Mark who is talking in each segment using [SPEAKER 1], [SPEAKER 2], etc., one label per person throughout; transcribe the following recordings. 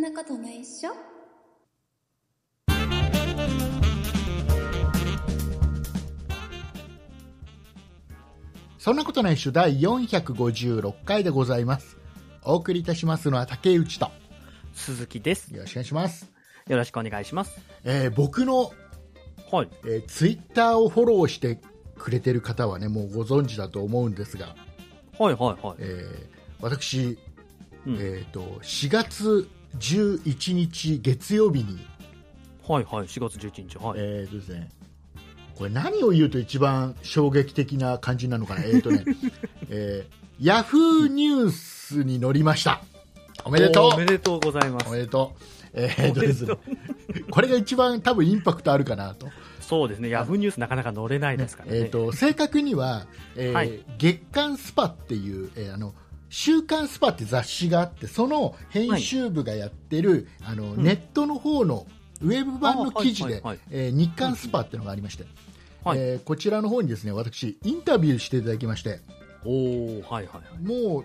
[SPEAKER 1] なことないっしょ
[SPEAKER 2] そんなことないっしょ第456回でございます。お送りいたしますのは竹内と。
[SPEAKER 3] 鈴木です。
[SPEAKER 2] よろしくお願いします。
[SPEAKER 3] よろしくお願いします。
[SPEAKER 2] えー僕の、
[SPEAKER 3] はい。
[SPEAKER 2] えツイッター Twitter をフォローしてくれてる方はね、もうご存知だと思うんですが、
[SPEAKER 3] はいはいはい。
[SPEAKER 2] えー私、
[SPEAKER 3] うん
[SPEAKER 2] えっ、と、4月11日月曜日に、
[SPEAKER 3] はいはい。4月11日。はい。
[SPEAKER 2] えーとですね、これ何を言うと一番衝撃的な感じになるのかな。えーと ね、えー、ヤフーニュースに載りました。おめでとう
[SPEAKER 3] おーおめでとうございま
[SPEAKER 2] お
[SPEAKER 3] す。
[SPEAKER 2] めでとう。えーとですね、これが一番多分インパクトあるかなと。
[SPEAKER 3] そうですね。ヤフーニュースなかなか乗れない ですからね。
[SPEAKER 2] えー、と正確には、えー
[SPEAKER 3] はい
[SPEAKER 2] 月刊スパっていう、えーあの週刊スパって雑誌があってその編集部がやってる、あのネットの方のウェブ版の記事
[SPEAKER 3] あ
[SPEAKER 2] で
[SPEAKER 3] ーはいはいはい
[SPEAKER 2] えー日刊スパっていうのがありまして、
[SPEAKER 3] はい
[SPEAKER 2] えーこちらの方にですね私インタビューしていただきまして
[SPEAKER 3] おーはいはいはい。
[SPEAKER 2] も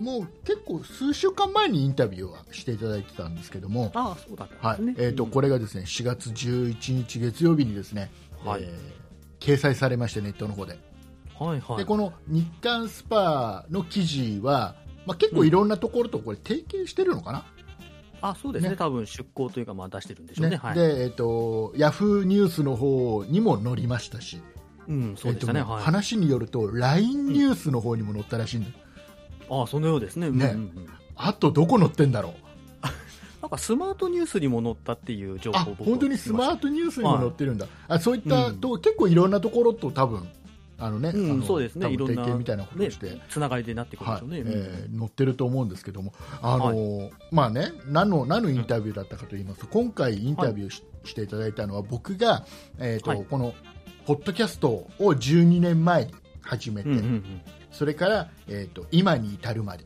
[SPEAKER 2] うもう結構数週間前にインタビューはしていただいてたんですけども、
[SPEAKER 3] ああ、そうだった
[SPEAKER 2] はい
[SPEAKER 3] んですね。
[SPEAKER 2] えー、とこれがですね4月11日月曜日にですね、
[SPEAKER 3] はい
[SPEAKER 2] えー掲載されましてネットの方で。
[SPEAKER 3] うんはいはい。
[SPEAKER 2] でこの日刊スパの記事は、まあ、結構いろんなところとこれ提携してるのかな、
[SPEAKER 3] あそうですね
[SPEAKER 2] ね
[SPEAKER 3] 多分出向というか、まあ出してるんでしょうね。はい。
[SPEAKER 2] でえっとヤフーニュースの方にも載りましたし、
[SPEAKER 3] うん、そうでした
[SPEAKER 2] え
[SPEAKER 3] ね。
[SPEAKER 2] っと
[SPEAKER 3] はい。
[SPEAKER 2] 話によると LINE ニュースの方にも載ったらしいんだ、
[SPEAKER 3] ああ、そのようですね。うんうん
[SPEAKER 2] ね
[SPEAKER 3] うん。
[SPEAKER 2] あとどこ載ってんだろう
[SPEAKER 3] なんかスマートニュースにも載ったっていう情
[SPEAKER 2] あ
[SPEAKER 3] 報を僕
[SPEAKER 2] 本当にスマ
[SPEAKER 3] ー
[SPEAKER 2] ートニュースにも載ってるんだ、あそういったと、結構いろんなところと多分あのね、
[SPEAKER 3] うん
[SPEAKER 2] あの
[SPEAKER 3] そうですね
[SPEAKER 2] 多分
[SPEAKER 3] いろんな
[SPEAKER 2] 提携みたいなことをして、
[SPEAKER 3] ね、つながりでなってくるんで
[SPEAKER 2] は
[SPEAKER 3] し
[SPEAKER 2] い
[SPEAKER 3] ょうね。
[SPEAKER 2] え
[SPEAKER 3] うん
[SPEAKER 2] ー載ってると思うんですけども、あのーまあね、何の何のインタビューだったかと言いますと、今回インタビューし,、ていただいたのは僕が、えーと
[SPEAKER 3] はい
[SPEAKER 2] このポッドキャストを12年前に始めて、
[SPEAKER 3] うんうんうん。
[SPEAKER 2] それから、えー、と今に至るまで、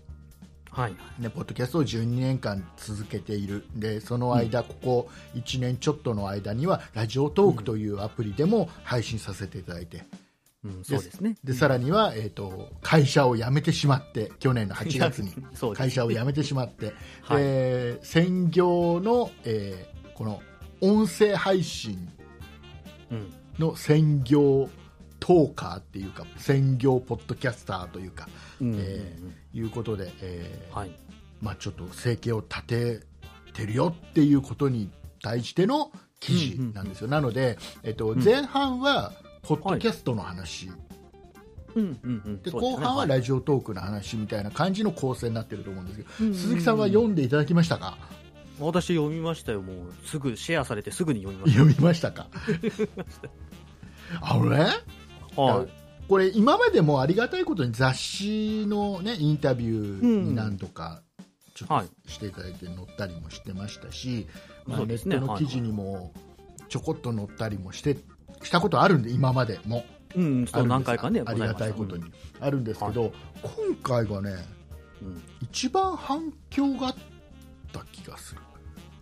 [SPEAKER 3] はい。
[SPEAKER 2] ね、ポッドキャストを12年間続けているでその間、ここ1年ちょっとの間にはラジオトークというアプリでも配信させていただいて。
[SPEAKER 3] うん、そうですね。
[SPEAKER 2] でさらには、えー、と会社を辞めてしまって去年の8月に
[SPEAKER 3] そうです
[SPEAKER 2] 会社を辞めてしまって、
[SPEAKER 3] はい
[SPEAKER 2] で専業の、えーこの音声配信
[SPEAKER 3] うん。
[SPEAKER 2] の専業トーカーっていうか専業ポッドキャスターというか、
[SPEAKER 3] うんうんうん
[SPEAKER 2] えーいうことで、えー
[SPEAKER 3] はい。
[SPEAKER 2] まあ、ちょっと生計を立ててるよっていうことに対しての記事なんですよ、なので、えっと
[SPEAKER 3] ん
[SPEAKER 2] 前半はポッドキャストの話、
[SPEAKER 3] うんうんうん。
[SPEAKER 2] で
[SPEAKER 3] そうすね
[SPEAKER 2] 後半はラジオトークの話みたいな感じの構成になってると思うんですけど、
[SPEAKER 3] うんうん
[SPEAKER 2] 鈴木さんは読んでいただきましたか、
[SPEAKER 3] 私読みましたよ、もうすぐシェアされてすぐに読みまし
[SPEAKER 2] 読みました かあのね、
[SPEAKER 3] た。はい、
[SPEAKER 2] これ今までもありがたいことに雑誌の、ね、インタビューに何度かちょ
[SPEAKER 3] は
[SPEAKER 2] っ
[SPEAKER 3] い
[SPEAKER 2] としていただいて載ったりもしてましたし、ま
[SPEAKER 3] そ
[SPEAKER 2] あ、
[SPEAKER 3] う
[SPEAKER 2] ネ
[SPEAKER 3] です
[SPEAKER 2] ッ
[SPEAKER 3] ね
[SPEAKER 2] トの記事にもちょこっと載ったりもしてしたことあるんで今までも
[SPEAKER 3] うん、
[SPEAKER 2] あるです
[SPEAKER 3] そうん何回かね、
[SPEAKER 2] ありがたいことにあるんですけど、今回はね
[SPEAKER 3] うん。うん
[SPEAKER 2] 一番反響があった気がする。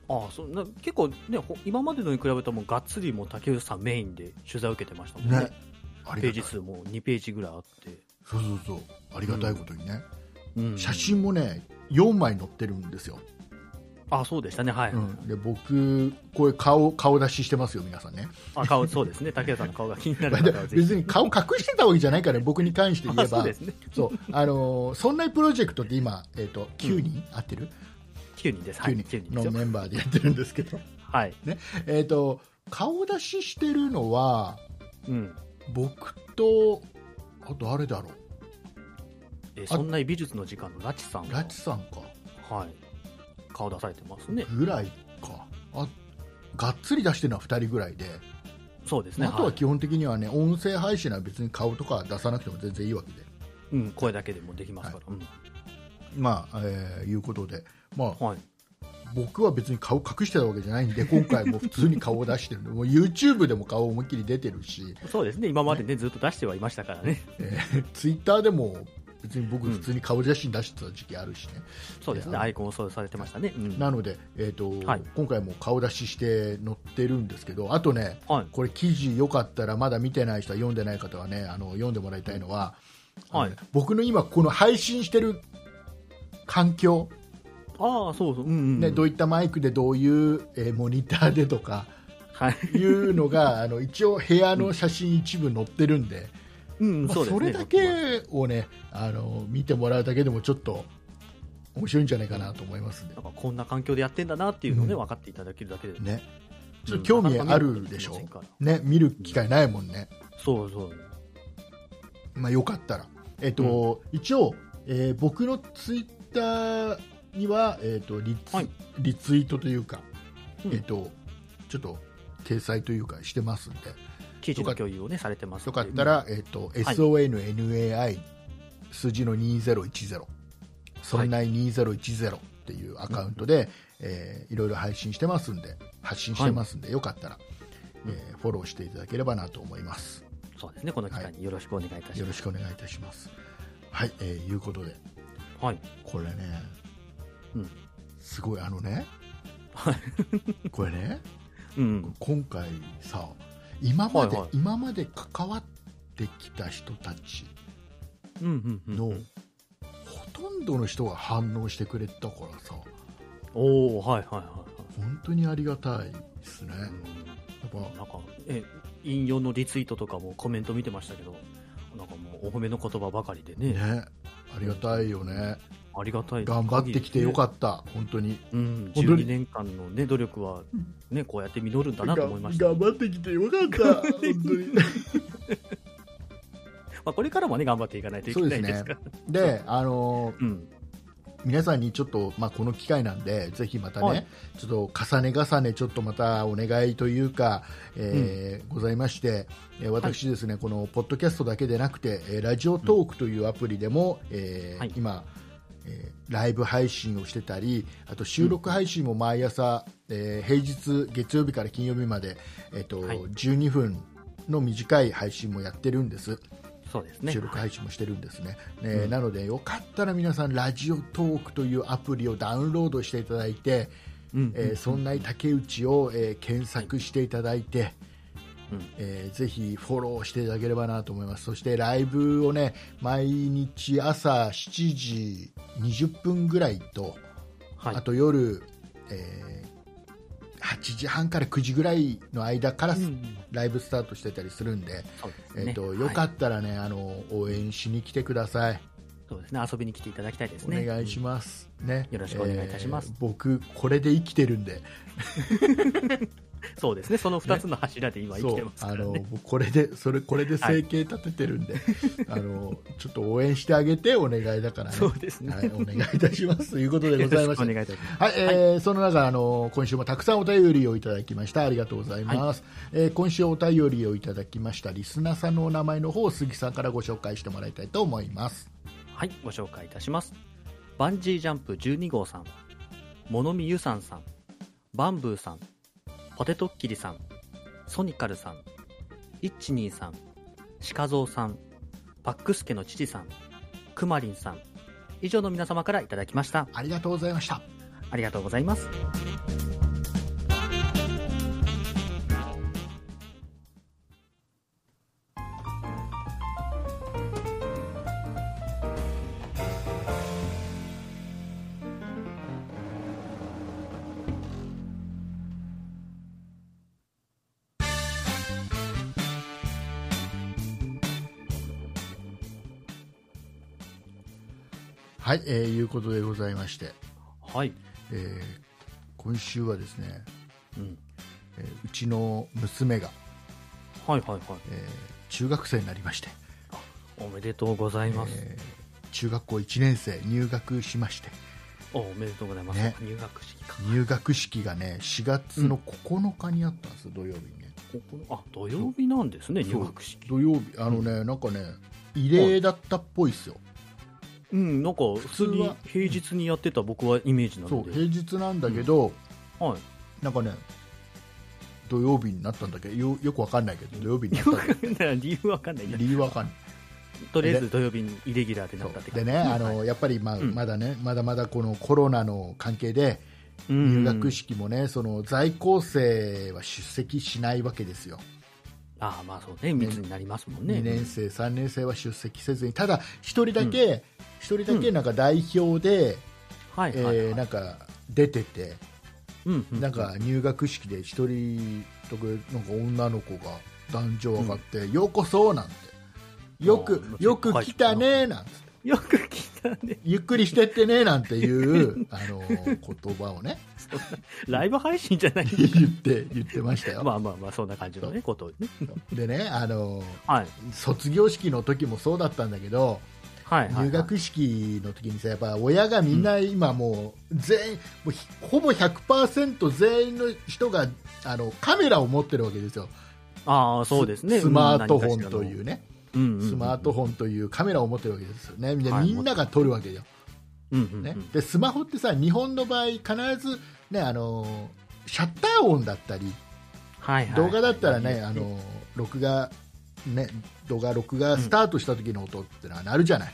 [SPEAKER 3] ああそんな結構ね、ほ今までのに比べたらもうがっつりもう竹内さんメインで取材を受けてましたもんね。
[SPEAKER 2] ねあり
[SPEAKER 3] ペ
[SPEAKER 2] がた
[SPEAKER 3] ージ
[SPEAKER 2] い
[SPEAKER 3] 数も2ページぐらいあって。
[SPEAKER 2] そうそうそうありがたいことにね、
[SPEAKER 3] うん
[SPEAKER 2] 写真もね4枚載ってるんですよ、
[SPEAKER 3] ああそうでしたね、はい。
[SPEAKER 2] うん、で僕これ顔顔出ししてますよ皆さんね
[SPEAKER 3] あ顔、そうですね、竹内さんの顔が気になる
[SPEAKER 2] まあ
[SPEAKER 3] 方
[SPEAKER 2] で
[SPEAKER 3] はぜひ。
[SPEAKER 2] 別に顔隠してたわけじゃないからね僕に関して言
[SPEAKER 3] あ
[SPEAKER 2] え
[SPEAKER 3] そう
[SPEAKER 2] ば
[SPEAKER 3] ですね。
[SPEAKER 2] そうあのーそんなプロジェクトって今、えー、と9人、合ってる
[SPEAKER 3] 9人です。はい、
[SPEAKER 2] 9
[SPEAKER 3] 9
[SPEAKER 2] 人
[SPEAKER 3] 人です
[SPEAKER 2] の
[SPEAKER 3] よ。
[SPEAKER 2] メンバーでやってるんですけ ど、
[SPEAKER 3] はい。
[SPEAKER 2] えー、と顔出ししてるのは
[SPEAKER 3] うん。
[SPEAKER 2] 僕とあと誰だろ
[SPEAKER 3] えそんな美術の時間のラチさん
[SPEAKER 2] う
[SPEAKER 3] が
[SPEAKER 2] ラチさんか
[SPEAKER 3] はい。顔出されてますね。
[SPEAKER 2] ぐらいかあがっつり出してるのは2人ぐらいで、
[SPEAKER 3] そうですね。
[SPEAKER 2] あと
[SPEAKER 3] は
[SPEAKER 2] はい基本的にはね音声配信は別に顔とかは出さなくても全然いいわけで
[SPEAKER 3] うん、声だけでもできますから。
[SPEAKER 2] まあ、えーいうことでまあ
[SPEAKER 3] うん。はい。
[SPEAKER 2] 僕は別に顔隠してたわけじゃないんで今回も普通に顔を出してるんで もう YouTube でも顔思いっきり出てる し、
[SPEAKER 3] そうですね、今までね、ずっと出してはいましたからね。
[SPEAKER 2] えー、Twitter でも別に僕普通に顔写真出してた時期あるしね、
[SPEAKER 3] そうです
[SPEAKER 2] い
[SPEAKER 3] ね、
[SPEAKER 2] や
[SPEAKER 3] アイコンをそうされてましたね。うん
[SPEAKER 2] なので、えーと
[SPEAKER 3] はい
[SPEAKER 2] 今回も顔出しして載ってるんですけどあとね
[SPEAKER 3] はい。
[SPEAKER 2] これ記事よかったらまだ見てない人は読んでない方はねあの読んでもらいたいのは、
[SPEAKER 3] は
[SPEAKER 2] あ
[SPEAKER 3] い
[SPEAKER 2] の僕の今この配信してる環境
[SPEAKER 3] ああ、そうそう。うん、うん。
[SPEAKER 2] ね、どういったマイクでどういう、えーモニターでと か
[SPEAKER 3] はい。
[SPEAKER 2] いうのがあの一応部屋の写真一部載ってるんで、
[SPEAKER 3] うん、
[SPEAKER 2] まあ
[SPEAKER 3] そうです
[SPEAKER 2] そ
[SPEAKER 3] ね。
[SPEAKER 2] れだけをねあの見てもらうだけでもちょっと面白いんじゃないかなと思いますね
[SPEAKER 3] なんかこんな環境でやってんだなっていうのをね、
[SPEAKER 2] うん
[SPEAKER 3] 分かっていただけるだけで、
[SPEAKER 2] ねちょっ
[SPEAKER 3] うん
[SPEAKER 2] と興味あるでしょ
[SPEAKER 3] なかなか
[SPEAKER 2] ね見る機会ないもんね、
[SPEAKER 3] そうそう
[SPEAKER 2] まあ、よかったら、えっと一応、えー僕のツイッターには、えっとリツ
[SPEAKER 3] はい
[SPEAKER 2] リツイートというか、
[SPEAKER 3] うん
[SPEAKER 2] えっとちょっと掲載というかしてますんで
[SPEAKER 3] 記事の共有をねされてます
[SPEAKER 2] よ
[SPEAKER 3] の
[SPEAKER 2] か
[SPEAKER 3] で
[SPEAKER 2] ったら、えっと SONNAI 数字の2010そんな2010っていうアカウントで、いえーいろいろ配信してますんで発信してますんで、よかったら、えーフォローしていただければなと思います。
[SPEAKER 3] そうですねこの機会によろしくお願いいたします、
[SPEAKER 2] よろしくお願いいたします。はい、えーいうことで、
[SPEAKER 3] はい
[SPEAKER 2] これね、
[SPEAKER 3] うん
[SPEAKER 2] すごい、あの ね、
[SPEAKER 3] は
[SPEAKER 2] これね、
[SPEAKER 3] うん
[SPEAKER 2] 今回さ、今まで、
[SPEAKER 3] はいはい
[SPEAKER 2] 今まで関わってきた人たち
[SPEAKER 3] うんうんうん
[SPEAKER 2] の、ほとんどの人が反応してくれたからさ、
[SPEAKER 3] おおはいはいは
[SPEAKER 2] 本当にありがたいですね。
[SPEAKER 3] いは
[SPEAKER 2] や
[SPEAKER 3] い、
[SPEAKER 2] っぱ
[SPEAKER 3] うん、なんかえ引用のリツイートとかもコメント見てましたけどなんかもうお褒めの言葉ばかりでね
[SPEAKER 2] ね、ありがたいよね。
[SPEAKER 3] ありがたい
[SPEAKER 2] 頑張ってきてよか
[SPEAKER 3] っ
[SPEAKER 2] った、本当に。
[SPEAKER 3] た、うん、
[SPEAKER 2] 本当に
[SPEAKER 3] 12年間の、ね、努力は、ね、こうやって実るんだなと思いました、
[SPEAKER 2] 頑張ってきてよかった、本 当に。
[SPEAKER 3] まあ、これからもね頑張っていかないといけないですから
[SPEAKER 2] で、あのー
[SPEAKER 3] うん
[SPEAKER 2] 皆さんにちょっと、まあ、この機会なんで、ぜひまたね、
[SPEAKER 3] はい
[SPEAKER 2] ちょっと重ね重ね、ちょっとまたお願いというか、えーございまして、えー私ですね、このポッドキャストだけでなくて、えーラジオトークというアプリでも、えー
[SPEAKER 3] はい
[SPEAKER 2] 今、えーライブ配信をしてたり、あと収録配信も毎朝、えー平日、月曜日から金曜日まで、えっと
[SPEAKER 3] はい
[SPEAKER 2] 12分の短い配信もやってるんです。
[SPEAKER 3] そうですね
[SPEAKER 2] 収録配信もしてるんですね、ね
[SPEAKER 3] うん
[SPEAKER 2] なのでよかったら皆さんラジオトークというアプリをダウンロードしていただいて、
[SPEAKER 3] うん
[SPEAKER 2] えーそんな竹内を、えー検索していただいて、
[SPEAKER 3] うん
[SPEAKER 2] えーぜひフォローしていただければなと思いますそしてライブをね毎日朝7時20分ぐらいと、
[SPEAKER 3] はい
[SPEAKER 2] あと夜、えー8時半から9時ぐらいの間から
[SPEAKER 3] うん
[SPEAKER 2] ライブスタートしてたりするんで、
[SPEAKER 3] そうです
[SPEAKER 2] え
[SPEAKER 3] ね
[SPEAKER 2] っとよか
[SPEAKER 3] はい
[SPEAKER 2] ったらね、あの応援しに来てください。
[SPEAKER 3] そうですね遊びに来ていただきたいです
[SPEAKER 2] お
[SPEAKER 3] ね
[SPEAKER 2] 願いします。ね、
[SPEAKER 3] よろしくお願いいたします
[SPEAKER 2] えー僕これで生きてるんで、
[SPEAKER 3] うんそうですねその2つの柱で今生きてますから
[SPEAKER 2] そうあ
[SPEAKER 3] ね
[SPEAKER 2] の僕これでそれこれで生計立ててるんで、 あのちょっと応援してあげてお願いだからね。
[SPEAKER 3] そうですね
[SPEAKER 2] はい、お願いいたしますということでございま
[SPEAKER 3] よろしくお
[SPEAKER 2] し
[SPEAKER 3] 願
[SPEAKER 2] て。
[SPEAKER 3] いいたします
[SPEAKER 2] はい、えーその中あの今週もたくさんお便りをいただきましたありがとうございます、えー今週お便りをいただきましたリスナーさんのお名前の方を杉さんからご紹介してもらいたいと思います
[SPEAKER 3] はい、ご紹介いたします。バンジージャンプ12号さん、物見ゆさんさん、バンブーさん、ポテトッキリさん、ソニカルさん、イッチニーさん、シカゾウさん、パックスケの父さん、くまりんさん、以上の皆様からいただきました。
[SPEAKER 2] ありがとうございました
[SPEAKER 3] ありがとうございます。
[SPEAKER 2] はい、えーいうことでございまして、
[SPEAKER 3] はい。
[SPEAKER 2] えー今週はですね、
[SPEAKER 3] うん。
[SPEAKER 2] えーうちの娘が、
[SPEAKER 3] はいはいはい。
[SPEAKER 2] えー中学生になりまして、
[SPEAKER 3] おめでとうございます。
[SPEAKER 2] えー中学校1年生入学しまして
[SPEAKER 3] おおめでとうございます。
[SPEAKER 2] ね
[SPEAKER 3] 入学式か。
[SPEAKER 2] 入学式がね4月の9日にあったんです、土曜日にね
[SPEAKER 3] ここあ、土曜日なんですね、
[SPEAKER 2] そう
[SPEAKER 3] 入学式。
[SPEAKER 2] 土曜日あのね、なんかね異例だったっぽいですよ、
[SPEAKER 3] うん、なんか
[SPEAKER 2] 通
[SPEAKER 3] 普通に
[SPEAKER 2] は
[SPEAKER 3] 平日にやってた僕はイメージな
[SPEAKER 2] そ
[SPEAKER 3] の
[SPEAKER 2] う
[SPEAKER 3] で。
[SPEAKER 2] 平日なんだけど、
[SPEAKER 3] はい。
[SPEAKER 2] なんかね土曜日になったんだけどよよくわかんないけど土曜日になったんだけど
[SPEAKER 3] 理由わかんないんだ
[SPEAKER 2] 理由わかんない
[SPEAKER 3] とりあえず土曜日にイレギュラーでな
[SPEAKER 2] そ
[SPEAKER 3] ったって
[SPEAKER 2] う
[SPEAKER 3] 感
[SPEAKER 2] でね、
[SPEAKER 3] じ
[SPEAKER 2] あのやっぱり、まあ
[SPEAKER 3] うん
[SPEAKER 2] まだねまだまだこのコロナの関係で
[SPEAKER 3] 入
[SPEAKER 2] 入学式もね、その在校生は出席しないわけですよ、
[SPEAKER 3] ああまあそうね密になりますもんね
[SPEAKER 2] 2年生、3年生は出席せずにただ、1人だけ、一人だけなんか代表で、
[SPEAKER 3] はい
[SPEAKER 2] え
[SPEAKER 3] はいはい
[SPEAKER 2] ーなんか出てて、
[SPEAKER 3] うんうん
[SPEAKER 2] なんか入学式で一人とかなんか女の子が壇上上がって、ようこそなんてよく
[SPEAKER 3] あー
[SPEAKER 2] よく来たねなんつって
[SPEAKER 3] よく聞いたね
[SPEAKER 2] ゆっくりしてってねなんていうあの言葉をね
[SPEAKER 3] ライブ配信じゃない
[SPEAKER 2] 言って言ってましたよ、
[SPEAKER 3] まあまあまあそんな感じのねことをね
[SPEAKER 2] でねあの
[SPEAKER 3] はい
[SPEAKER 2] 卒業式の時もそうだったんだけど
[SPEAKER 3] はいはいはい
[SPEAKER 2] 入学式の時にさやっぱ親がみんな今もう全員、もうひほぼ100%全員の人があのカメラを持ってるわけですよ
[SPEAKER 3] ああそうですね
[SPEAKER 2] ススマートフォンというね、
[SPEAKER 3] うんうんうん
[SPEAKER 2] スマートフォンというカメラを持ってるわけですよね、で
[SPEAKER 3] はい
[SPEAKER 2] みんなが撮るわけよ、
[SPEAKER 3] うんうんうん
[SPEAKER 2] ねでスマホってさ日本の場合必ず、ね、あのシャッター音だったり
[SPEAKER 3] はいはい
[SPEAKER 2] 動画だったらね、
[SPEAKER 3] はい
[SPEAKER 2] あの録画ね動画録画スタートした時の音ってのはなるじゃない、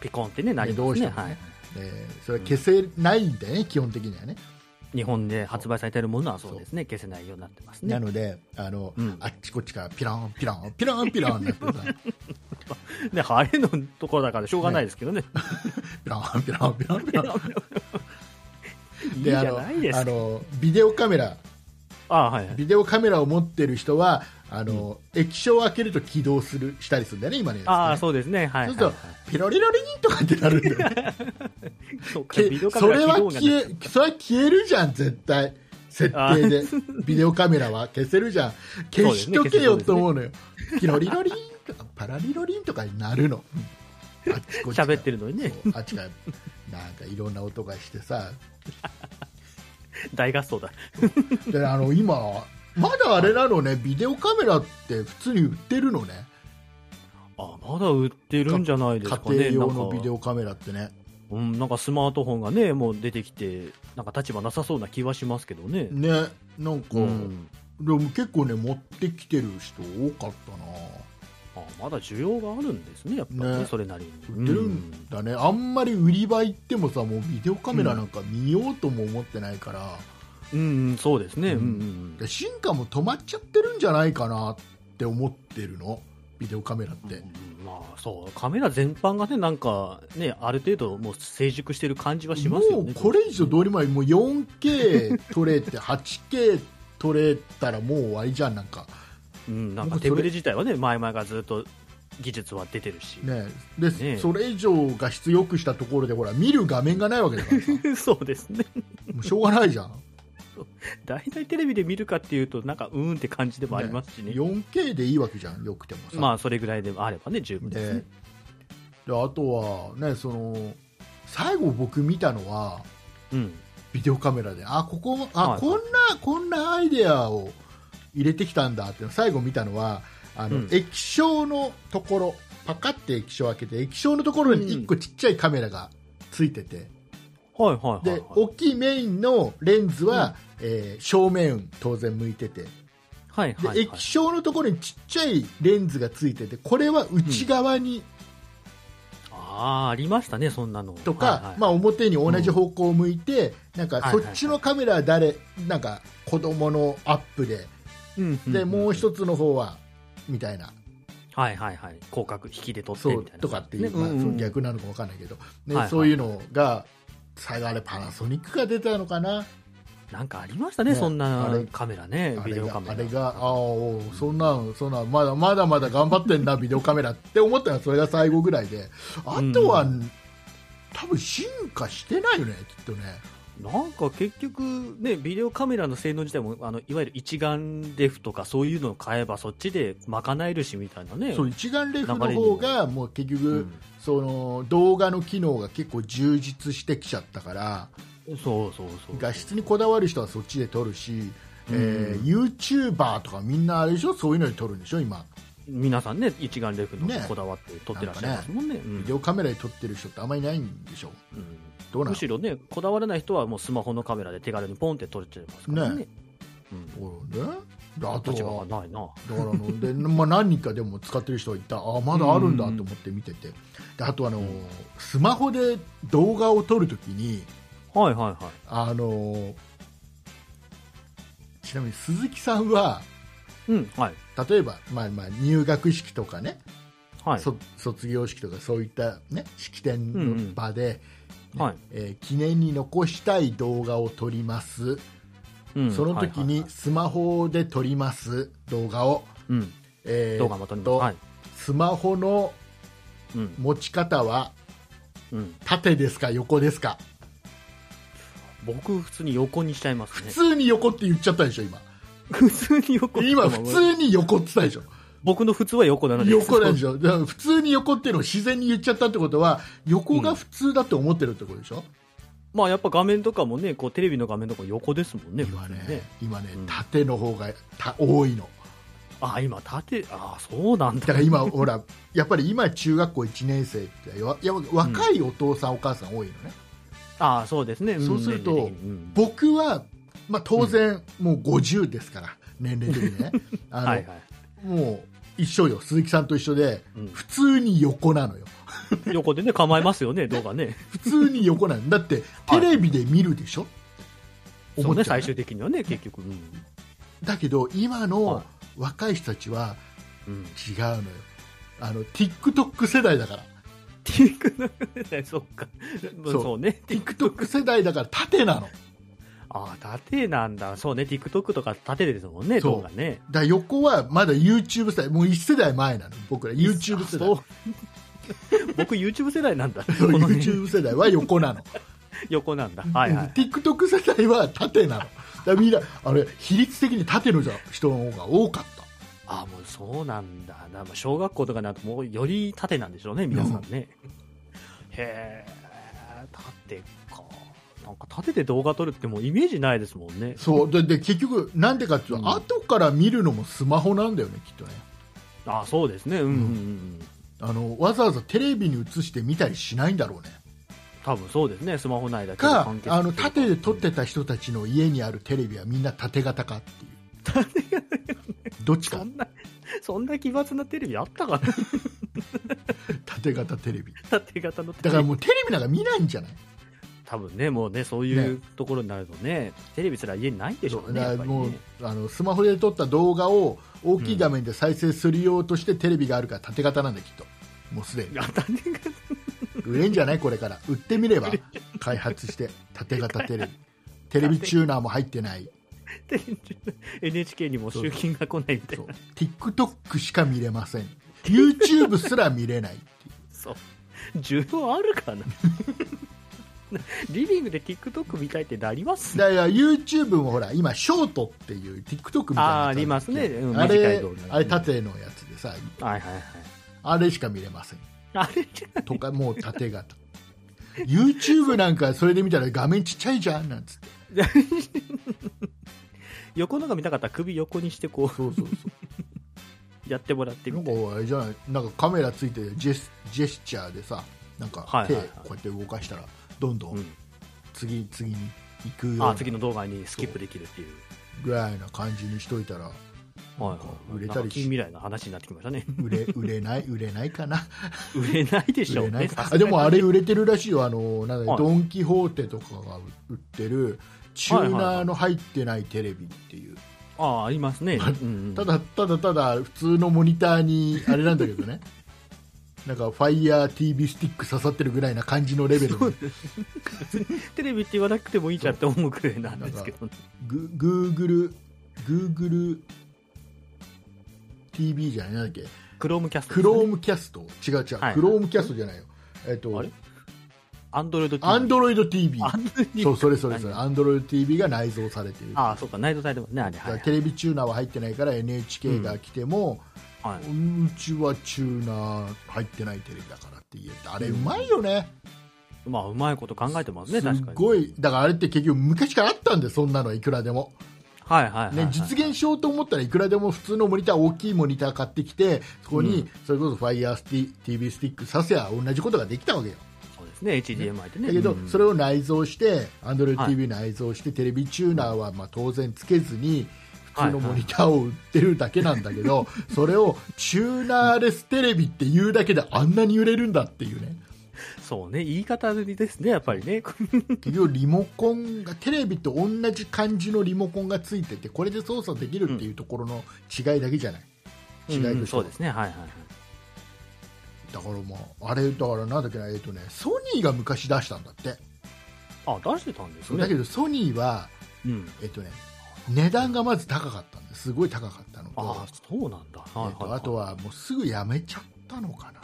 [SPEAKER 3] ピコンってねなり
[SPEAKER 2] ど
[SPEAKER 3] ま
[SPEAKER 2] うし
[SPEAKER 3] す
[SPEAKER 2] て
[SPEAKER 3] ね
[SPEAKER 2] もね
[SPEAKER 3] はい
[SPEAKER 2] えーそれは消せないんだよね、基本的にはね。
[SPEAKER 3] 日本で発売されているものはそうですね消せないようになってます
[SPEAKER 2] な
[SPEAKER 3] ね
[SPEAKER 2] のであの、
[SPEAKER 3] うん
[SPEAKER 2] あっちこっちからピランピランピランピランなってさ
[SPEAKER 3] で晴れのところだからしょうがないですけ どね
[SPEAKER 2] ピランピランピランピラン
[SPEAKER 3] いいじ
[SPEAKER 2] で
[SPEAKER 3] ゃ
[SPEAKER 2] あの
[SPEAKER 3] ないです
[SPEAKER 2] あ
[SPEAKER 3] か
[SPEAKER 2] のビデオカメラ
[SPEAKER 3] あはいはい
[SPEAKER 2] ビデオカメラを持ってる人はあの、液晶を開けると起動するしたりするんだよね今のやつね
[SPEAKER 3] ああそうですねはい
[SPEAKER 2] そう
[SPEAKER 3] はい
[SPEAKER 2] する
[SPEAKER 3] は
[SPEAKER 2] とピロリロリンとかってなるんだよね
[SPEAKER 3] いそうか
[SPEAKER 2] け
[SPEAKER 3] ビデオカ
[SPEAKER 2] そ
[SPEAKER 3] メラ
[SPEAKER 2] れは
[SPEAKER 3] 起動が
[SPEAKER 2] 消
[SPEAKER 3] ね
[SPEAKER 2] えそれは消えるじゃん絶対設定で ビデオカメラは消せるじゃん消しとけよと思うのよピロリロリンとかパラリロリンとかになる のあっちこから
[SPEAKER 3] 喋ってるのにね
[SPEAKER 2] そうあっちからなんかいろんな音がしてさ
[SPEAKER 3] 大合奏だ
[SPEAKER 2] であの今まだあれなのねビデオカメラって普通に売ってるのね
[SPEAKER 3] あまだ売ってるんじゃないです
[SPEAKER 2] 家
[SPEAKER 3] かね
[SPEAKER 2] 庭用のビデ
[SPEAKER 3] オ
[SPEAKER 2] オカメラってね
[SPEAKER 3] うん、なんかスマートフォンがねもう出てきてなんか立場なさそうな気はしますけどね
[SPEAKER 2] ねなんか、
[SPEAKER 3] うん
[SPEAKER 2] でも結構ね持ってきてる人多かったな
[SPEAKER 3] あまだ需要があるんですねやっぱりね
[SPEAKER 2] ね
[SPEAKER 3] それなりに
[SPEAKER 2] 売ってるんだね、あんまり売り場行ってもさもうビデオカメラなんか見ようとも思ってないから、
[SPEAKER 3] うん、うんそうですね、う
[SPEAKER 2] うんん
[SPEAKER 3] うん
[SPEAKER 2] で進化も止まっちゃってるんじゃないかなって思ってるのビデオカメラっ
[SPEAKER 3] うん
[SPEAKER 2] て、
[SPEAKER 3] うんまあそうカメラ全般がねなんかねある程度もう成熟してる感じはしますよ
[SPEAKER 2] も
[SPEAKER 3] ね
[SPEAKER 2] うこれ以上どうにもないもう 4K 撮れて 8K 撮れたらもう終わりじゃんなんか、
[SPEAKER 3] うん、なんか
[SPEAKER 2] 僕そ
[SPEAKER 3] 手
[SPEAKER 2] れ
[SPEAKER 3] ぶれ自体はね前々がずっと技術は出てる し、
[SPEAKER 2] ねで
[SPEAKER 3] ねえ
[SPEAKER 2] それ以上画質良くしたところでほら見る画面がないわけだからさ
[SPEAKER 3] そうですね
[SPEAKER 2] もうしょうがないじゃん
[SPEAKER 3] 大体テレビで見るかっていうとなんかうーんって感じでもあり ますしね
[SPEAKER 2] 4K でいいわけじゃんよくてもさ、
[SPEAKER 3] まあそれぐらいでもあればね十分です
[SPEAKER 2] で
[SPEAKER 3] ね
[SPEAKER 2] であとはねその最後僕見たのは
[SPEAKER 3] うん
[SPEAKER 2] ビデオカメラであここあ、
[SPEAKER 3] はい
[SPEAKER 2] こんなこんなアイデアを入れてきたんだっていうの最後見たのはあの、
[SPEAKER 3] うん
[SPEAKER 2] 液晶のところパカって液晶を開けて液晶のところに1個ちっちゃいカメラがついてて、
[SPEAKER 3] はいはい
[SPEAKER 2] で、
[SPEAKER 3] はい、はい
[SPEAKER 2] 大きいメインのレンズは、えー正面当然向いててで、
[SPEAKER 3] はいはいはい
[SPEAKER 2] 液晶のところにちっちゃいレンズがついててこれは内側に
[SPEAKER 3] ああありましたねそんなの
[SPEAKER 2] とか、
[SPEAKER 3] はいはい
[SPEAKER 2] まあ、表に同じ方向を向いて、なんか
[SPEAKER 3] はい
[SPEAKER 2] そ
[SPEAKER 3] は
[SPEAKER 2] っ
[SPEAKER 3] いはい
[SPEAKER 2] ちのカメラは誰、なんか子供のアップで、
[SPEAKER 3] うんん
[SPEAKER 2] で
[SPEAKER 3] ん
[SPEAKER 2] もう一つの方はみたいな、
[SPEAKER 3] はいはいはい広角引きで撮って
[SPEAKER 2] そ
[SPEAKER 3] み
[SPEAKER 2] う
[SPEAKER 3] たいな
[SPEAKER 2] とかっていう、まあ、そ
[SPEAKER 3] んん
[SPEAKER 2] の逆なのか分かんないけど、ね
[SPEAKER 3] はいはい
[SPEAKER 2] そういうのが、最後あれ、パナソニックが出たのかな、
[SPEAKER 3] なんかありましたね
[SPEAKER 2] ね
[SPEAKER 3] そんな
[SPEAKER 2] あれ
[SPEAKER 3] カメラね
[SPEAKER 2] あ
[SPEAKER 3] ビ
[SPEAKER 2] れ
[SPEAKER 3] デオカ
[SPEAKER 2] が、
[SPEAKER 3] メラ
[SPEAKER 2] あれがあーおうそんなの、そんなのまだまだまだ頑張ってん な、ビデオカメラって思ったら、それが最後ぐらいで、あとは、
[SPEAKER 3] う
[SPEAKER 2] 多分進化してないよね、きっとね。
[SPEAKER 3] なんか結局ねビデオカメラの性能自体もあのいわゆる一眼レフとかそういうのを買えばそっちで賄えるしみたいなね
[SPEAKER 2] そう一眼レフの方がもう結局、その動画の機能が結構充実してきちゃったから
[SPEAKER 3] うんそうそうそう
[SPEAKER 2] 画質にこだわる人はそっちで撮るし、
[SPEAKER 3] うん
[SPEAKER 2] えー、YouTuber とかみんなあれでしょそういうので撮るんでしょ今
[SPEAKER 3] 皆さんね一眼レフの
[SPEAKER 2] ね
[SPEAKER 3] こだわって撮ってらっしゃいますもんねうん
[SPEAKER 2] ビデオカメラで撮ってる人ってあんまりいないんでしょ
[SPEAKER 3] うん
[SPEAKER 2] どうな
[SPEAKER 3] む
[SPEAKER 2] の
[SPEAKER 3] しろねこだわらない人はもうスマホのカメラで手軽にポンって撮れちゃいますからね
[SPEAKER 2] ね
[SPEAKER 3] うん
[SPEAKER 2] そうねであと
[SPEAKER 3] 立場
[SPEAKER 2] は
[SPEAKER 3] がないな
[SPEAKER 2] だからあので、 まあ、何人かでも使ってる人がいたあまだあるんだと思って見ててであとあの、
[SPEAKER 3] うん
[SPEAKER 2] スマホで動画を撮るときに
[SPEAKER 3] はいはいはい
[SPEAKER 2] あのちなみに鈴木さんは
[SPEAKER 3] うんはい
[SPEAKER 2] 例えば、まあ、まあ入学式とかね、
[SPEAKER 3] はい
[SPEAKER 2] そ卒業式とかそういった、ね、式典の場で、
[SPEAKER 3] はい。
[SPEAKER 2] えー記念に残したい動画を撮ります、
[SPEAKER 3] うん
[SPEAKER 2] その時
[SPEAKER 3] はいはい
[SPEAKER 2] に
[SPEAKER 3] はい
[SPEAKER 2] スマホで撮ります動画を、
[SPEAKER 3] うん。
[SPEAKER 2] えー
[SPEAKER 3] 動画も撮ります。
[SPEAKER 2] と
[SPEAKER 3] はい。
[SPEAKER 2] スマホの
[SPEAKER 3] うん。
[SPEAKER 2] 持ち方は
[SPEAKER 3] うん。
[SPEAKER 2] 縦ですか横ですか
[SPEAKER 3] 僕、普通に横にしちゃいます
[SPEAKER 2] 普
[SPEAKER 3] ね。
[SPEAKER 2] 通に横って言っちゃったでしょ今
[SPEAKER 3] 普通に横
[SPEAKER 2] 今普通に横って言ったでしょ
[SPEAKER 3] 僕の普通は横なので
[SPEAKER 2] 横なんでしょだから普通に横っていうのを自然に言っちゃったってことは横が普通だって思ってるってことでしょ、
[SPEAKER 3] まあやっぱ画面とかもねこうテレビの画面とか横ですもんね
[SPEAKER 2] 今ね
[SPEAKER 3] 普通に
[SPEAKER 2] 今ね
[SPEAKER 3] うん
[SPEAKER 2] 縦の方がた多いの
[SPEAKER 3] あ今縦あそうなん
[SPEAKER 2] だ
[SPEAKER 3] だ
[SPEAKER 2] から 今ほらやっぱり今中学校1年生ってよいや若いお父さん、お母さん多いのね
[SPEAKER 3] あそうですねん
[SPEAKER 2] そうすると
[SPEAKER 3] 年齢的にうん
[SPEAKER 2] 僕は、まあ、当然もう50ですから、年齢的に ねあの、
[SPEAKER 3] はいはい
[SPEAKER 2] もう一緒よ鈴木さんと一緒で
[SPEAKER 3] うん
[SPEAKER 2] 普通に横なのよ
[SPEAKER 3] 横でね構えま すよね動画ね
[SPEAKER 2] 普通に横なんだって
[SPEAKER 3] は
[SPEAKER 2] テ
[SPEAKER 3] い
[SPEAKER 2] レビで見るでしょ、
[SPEAKER 3] そう
[SPEAKER 2] 思っ
[SPEAKER 3] ね
[SPEAKER 2] ちゃう
[SPEAKER 3] 最
[SPEAKER 2] ね
[SPEAKER 3] 終的にはね結局うん
[SPEAKER 2] だけど今の
[SPEAKER 3] は
[SPEAKER 2] 若い人たちは
[SPEAKER 3] うん
[SPEAKER 2] 違うのよあの TikTok 世代だから
[SPEAKER 3] TikTok そっかまあ
[SPEAKER 2] そう
[SPEAKER 3] そうね
[SPEAKER 2] TikTok 世代だから縦なのだか
[SPEAKER 3] あ縦なんだそうね TikTok とか縦ですもんね
[SPEAKER 2] そう
[SPEAKER 3] 動画ね
[SPEAKER 2] ら横はまだ YouTube 世代もう1世代前なの僕ら YouTube 世
[SPEAKER 3] そ
[SPEAKER 2] 代
[SPEAKER 3] う僕 YouTube 世代なんだ
[SPEAKER 2] そう
[SPEAKER 3] このね
[SPEAKER 2] YouTube 世代は横なの、
[SPEAKER 3] 横なんだはいはい
[SPEAKER 2] TikTok 世代は縦なのだからみんなあれ比率的に縦の人の方が多かった
[SPEAKER 3] あもうそうなんだな、まあ、小学校とかになるともうより縦なんでしょうね皆さんね、へえ縦かなんか縦で動画撮るってもうイメージないですもんね
[SPEAKER 2] そうでで結局なんでかっていうと、
[SPEAKER 3] うん
[SPEAKER 2] 後から見るのもスマホなんだよねきっとね
[SPEAKER 3] あそうですねうんうんうん、
[SPEAKER 2] あのわざわざテレビに映して見たりしないんだろうね
[SPEAKER 3] 多分そうですねスマホ内だけで
[SPEAKER 2] か
[SPEAKER 3] 完結
[SPEAKER 2] あの縦で撮って
[SPEAKER 3] うん
[SPEAKER 2] た人たちの家にあるテレビはみんな縦型かっていうどっち
[SPEAKER 3] そ
[SPEAKER 2] か
[SPEAKER 3] んな そんな奇抜なテレビあったかな
[SPEAKER 2] 縦型テレビ
[SPEAKER 3] 縦型のテ
[SPEAKER 2] だ
[SPEAKER 3] レビ
[SPEAKER 2] からもうテレビなんか見ないんじゃない
[SPEAKER 3] 多分ねもうねそういうところになるとねテレビすら家に ないでしょうねや
[SPEAKER 2] だ
[SPEAKER 3] っ
[SPEAKER 2] か
[SPEAKER 3] ぱ
[SPEAKER 2] ら
[SPEAKER 3] り
[SPEAKER 2] も
[SPEAKER 3] ね
[SPEAKER 2] うあのスマホで撮った動画を大きい画面で再生するようとしてテレビがあるから縦型なんだきっともうすでに
[SPEAKER 3] いや縦型
[SPEAKER 2] 売れんじゃないこれから売ってみれば開発して縦型テ レビテレビチューナーも入ってない
[SPEAKER 3] テレビ NHK にも集金が来ないみたい
[SPEAKER 2] そ
[SPEAKER 3] な
[SPEAKER 2] う TikTok しか見れません YouTube すら見れない
[SPEAKER 3] そう需要あるかな リビングで TikTok 見たいってなります
[SPEAKER 2] だから YouTube もほら今ショートっていう TikTok みたいな
[SPEAKER 3] あーありますねうん
[SPEAKER 2] あ
[SPEAKER 3] 短い
[SPEAKER 2] れ
[SPEAKER 3] 動画
[SPEAKER 2] あれ縦のやつでさ
[SPEAKER 3] はいはいはい
[SPEAKER 2] あれしか見れません
[SPEAKER 3] あれじゃ
[SPEAKER 2] とかもう縦型 YouTube なんかそれで見たら画面ちっちゃいじゃんなんつって
[SPEAKER 3] 横のが見たかったら首横にしてこ
[SPEAKER 2] そうそうそう
[SPEAKER 3] うやってもらって
[SPEAKER 2] な
[SPEAKER 3] み
[SPEAKER 2] ん
[SPEAKER 3] て
[SPEAKER 2] かあれじゃないなんかカメラついてジェスジェスチャーでさなんか
[SPEAKER 3] はい
[SPEAKER 2] 手
[SPEAKER 3] はい
[SPEAKER 2] こや
[SPEAKER 3] はいう
[SPEAKER 2] って動かしたらどんど
[SPEAKER 3] うんん、
[SPEAKER 2] 次、次に行くよう
[SPEAKER 3] あ
[SPEAKER 2] な
[SPEAKER 3] 次の動画にスキップできるっていう
[SPEAKER 2] ぐらいな感じにしといたら
[SPEAKER 3] はい
[SPEAKER 2] なん
[SPEAKER 3] は
[SPEAKER 2] か
[SPEAKER 3] い
[SPEAKER 2] 売れ
[SPEAKER 3] な
[SPEAKER 2] た
[SPEAKER 3] んか
[SPEAKER 2] りし
[SPEAKER 3] 近未来の話になってきましたね
[SPEAKER 2] 売れ売れない売れないかな
[SPEAKER 3] 売れないでしょ
[SPEAKER 2] 売
[SPEAKER 3] う
[SPEAKER 2] れない
[SPEAKER 3] ね
[SPEAKER 2] か
[SPEAKER 3] さす
[SPEAKER 2] あ
[SPEAKER 3] がに
[SPEAKER 2] でもあれ売れてるらしいよあのなんだ
[SPEAKER 3] はい
[SPEAKER 2] ドン・キホーテとかが売ってるチューナーの入ってないテレビっていう、
[SPEAKER 3] ああありますね、うんうん
[SPEAKER 2] ただただただ普通のモニターにあれなんだけどね なんかファイヤー TV スティック刺さってるぐらいな感じのレベルの
[SPEAKER 3] テレビって言わなくてもいいじゃんって思うくらいなんですけどね
[SPEAKER 2] ググーグルグーグル TV じゃないなんだっけ
[SPEAKER 3] クロームキャスト
[SPEAKER 2] クロームキャスト違う違う、
[SPEAKER 3] はい
[SPEAKER 2] クロームキャストじゃないよえっ
[SPEAKER 3] あ
[SPEAKER 2] と
[SPEAKER 3] れアンドロイド
[SPEAKER 2] アンドロイド TV
[SPEAKER 3] アンドロイ
[SPEAKER 2] そ
[SPEAKER 3] ド
[SPEAKER 2] うそれそれそれアンドロイド TV が内蔵されている
[SPEAKER 3] ああそうか内藤さんでもねあれ
[SPEAKER 2] だか
[SPEAKER 3] はい
[SPEAKER 2] ら
[SPEAKER 3] はい
[SPEAKER 2] テレビチューナーは入ってないから NHK が来ても、
[SPEAKER 3] はいう
[SPEAKER 2] ちはチューナー入ってないテレビだからって言えたあれうまいよね、
[SPEAKER 3] まあ、うまいこと考えてますね、
[SPEAKER 2] す
[SPEAKER 3] 確か
[SPEAKER 2] っ
[SPEAKER 3] に。
[SPEAKER 2] ごいだからあれって結局昔からあったんでそんなのいくらでも、
[SPEAKER 3] はいはいはいはい、
[SPEAKER 2] ね、実現しようと思ったらいくらでも普通のモニター大きいモニター買ってきてそこ
[SPEAKER 3] う
[SPEAKER 2] にそれこそ FIRETV スティックさせや同じことができたわけよ
[SPEAKER 3] そうですね、HDMI でね。
[SPEAKER 2] だけど、
[SPEAKER 3] うん
[SPEAKER 2] それを内蔵して、
[SPEAKER 3] はい
[SPEAKER 2] AndroidTV 内蔵して、テレビチューナーはまあ当然つけずに、普
[SPEAKER 3] はい
[SPEAKER 2] 通のモニターを売ってるだけなんだけど、 それをチューナーレステレビっていうだけであんなに売れるんだっていうね、
[SPEAKER 3] そうね、言い方ですね、やっぱりね。
[SPEAKER 2] 結局、リモコンが、テレビと同じ感じのリモコンがついてて、これで操作でき るっていうところの違いだけじゃない、違いとしては
[SPEAKER 3] うんそうですね、はいはいはい。
[SPEAKER 2] だからまああれだからなんだっけなえっとねソニーが昔出したんだって
[SPEAKER 3] あ出してたんですね
[SPEAKER 2] だけどソニーは
[SPEAKER 3] うん、
[SPEAKER 2] えっとね値段がまず高かったんですすごい高かったのと
[SPEAKER 3] ああそうなんだ、はいはい
[SPEAKER 2] えっとあと
[SPEAKER 3] は
[SPEAKER 2] はもうすぐやめちゃったのかな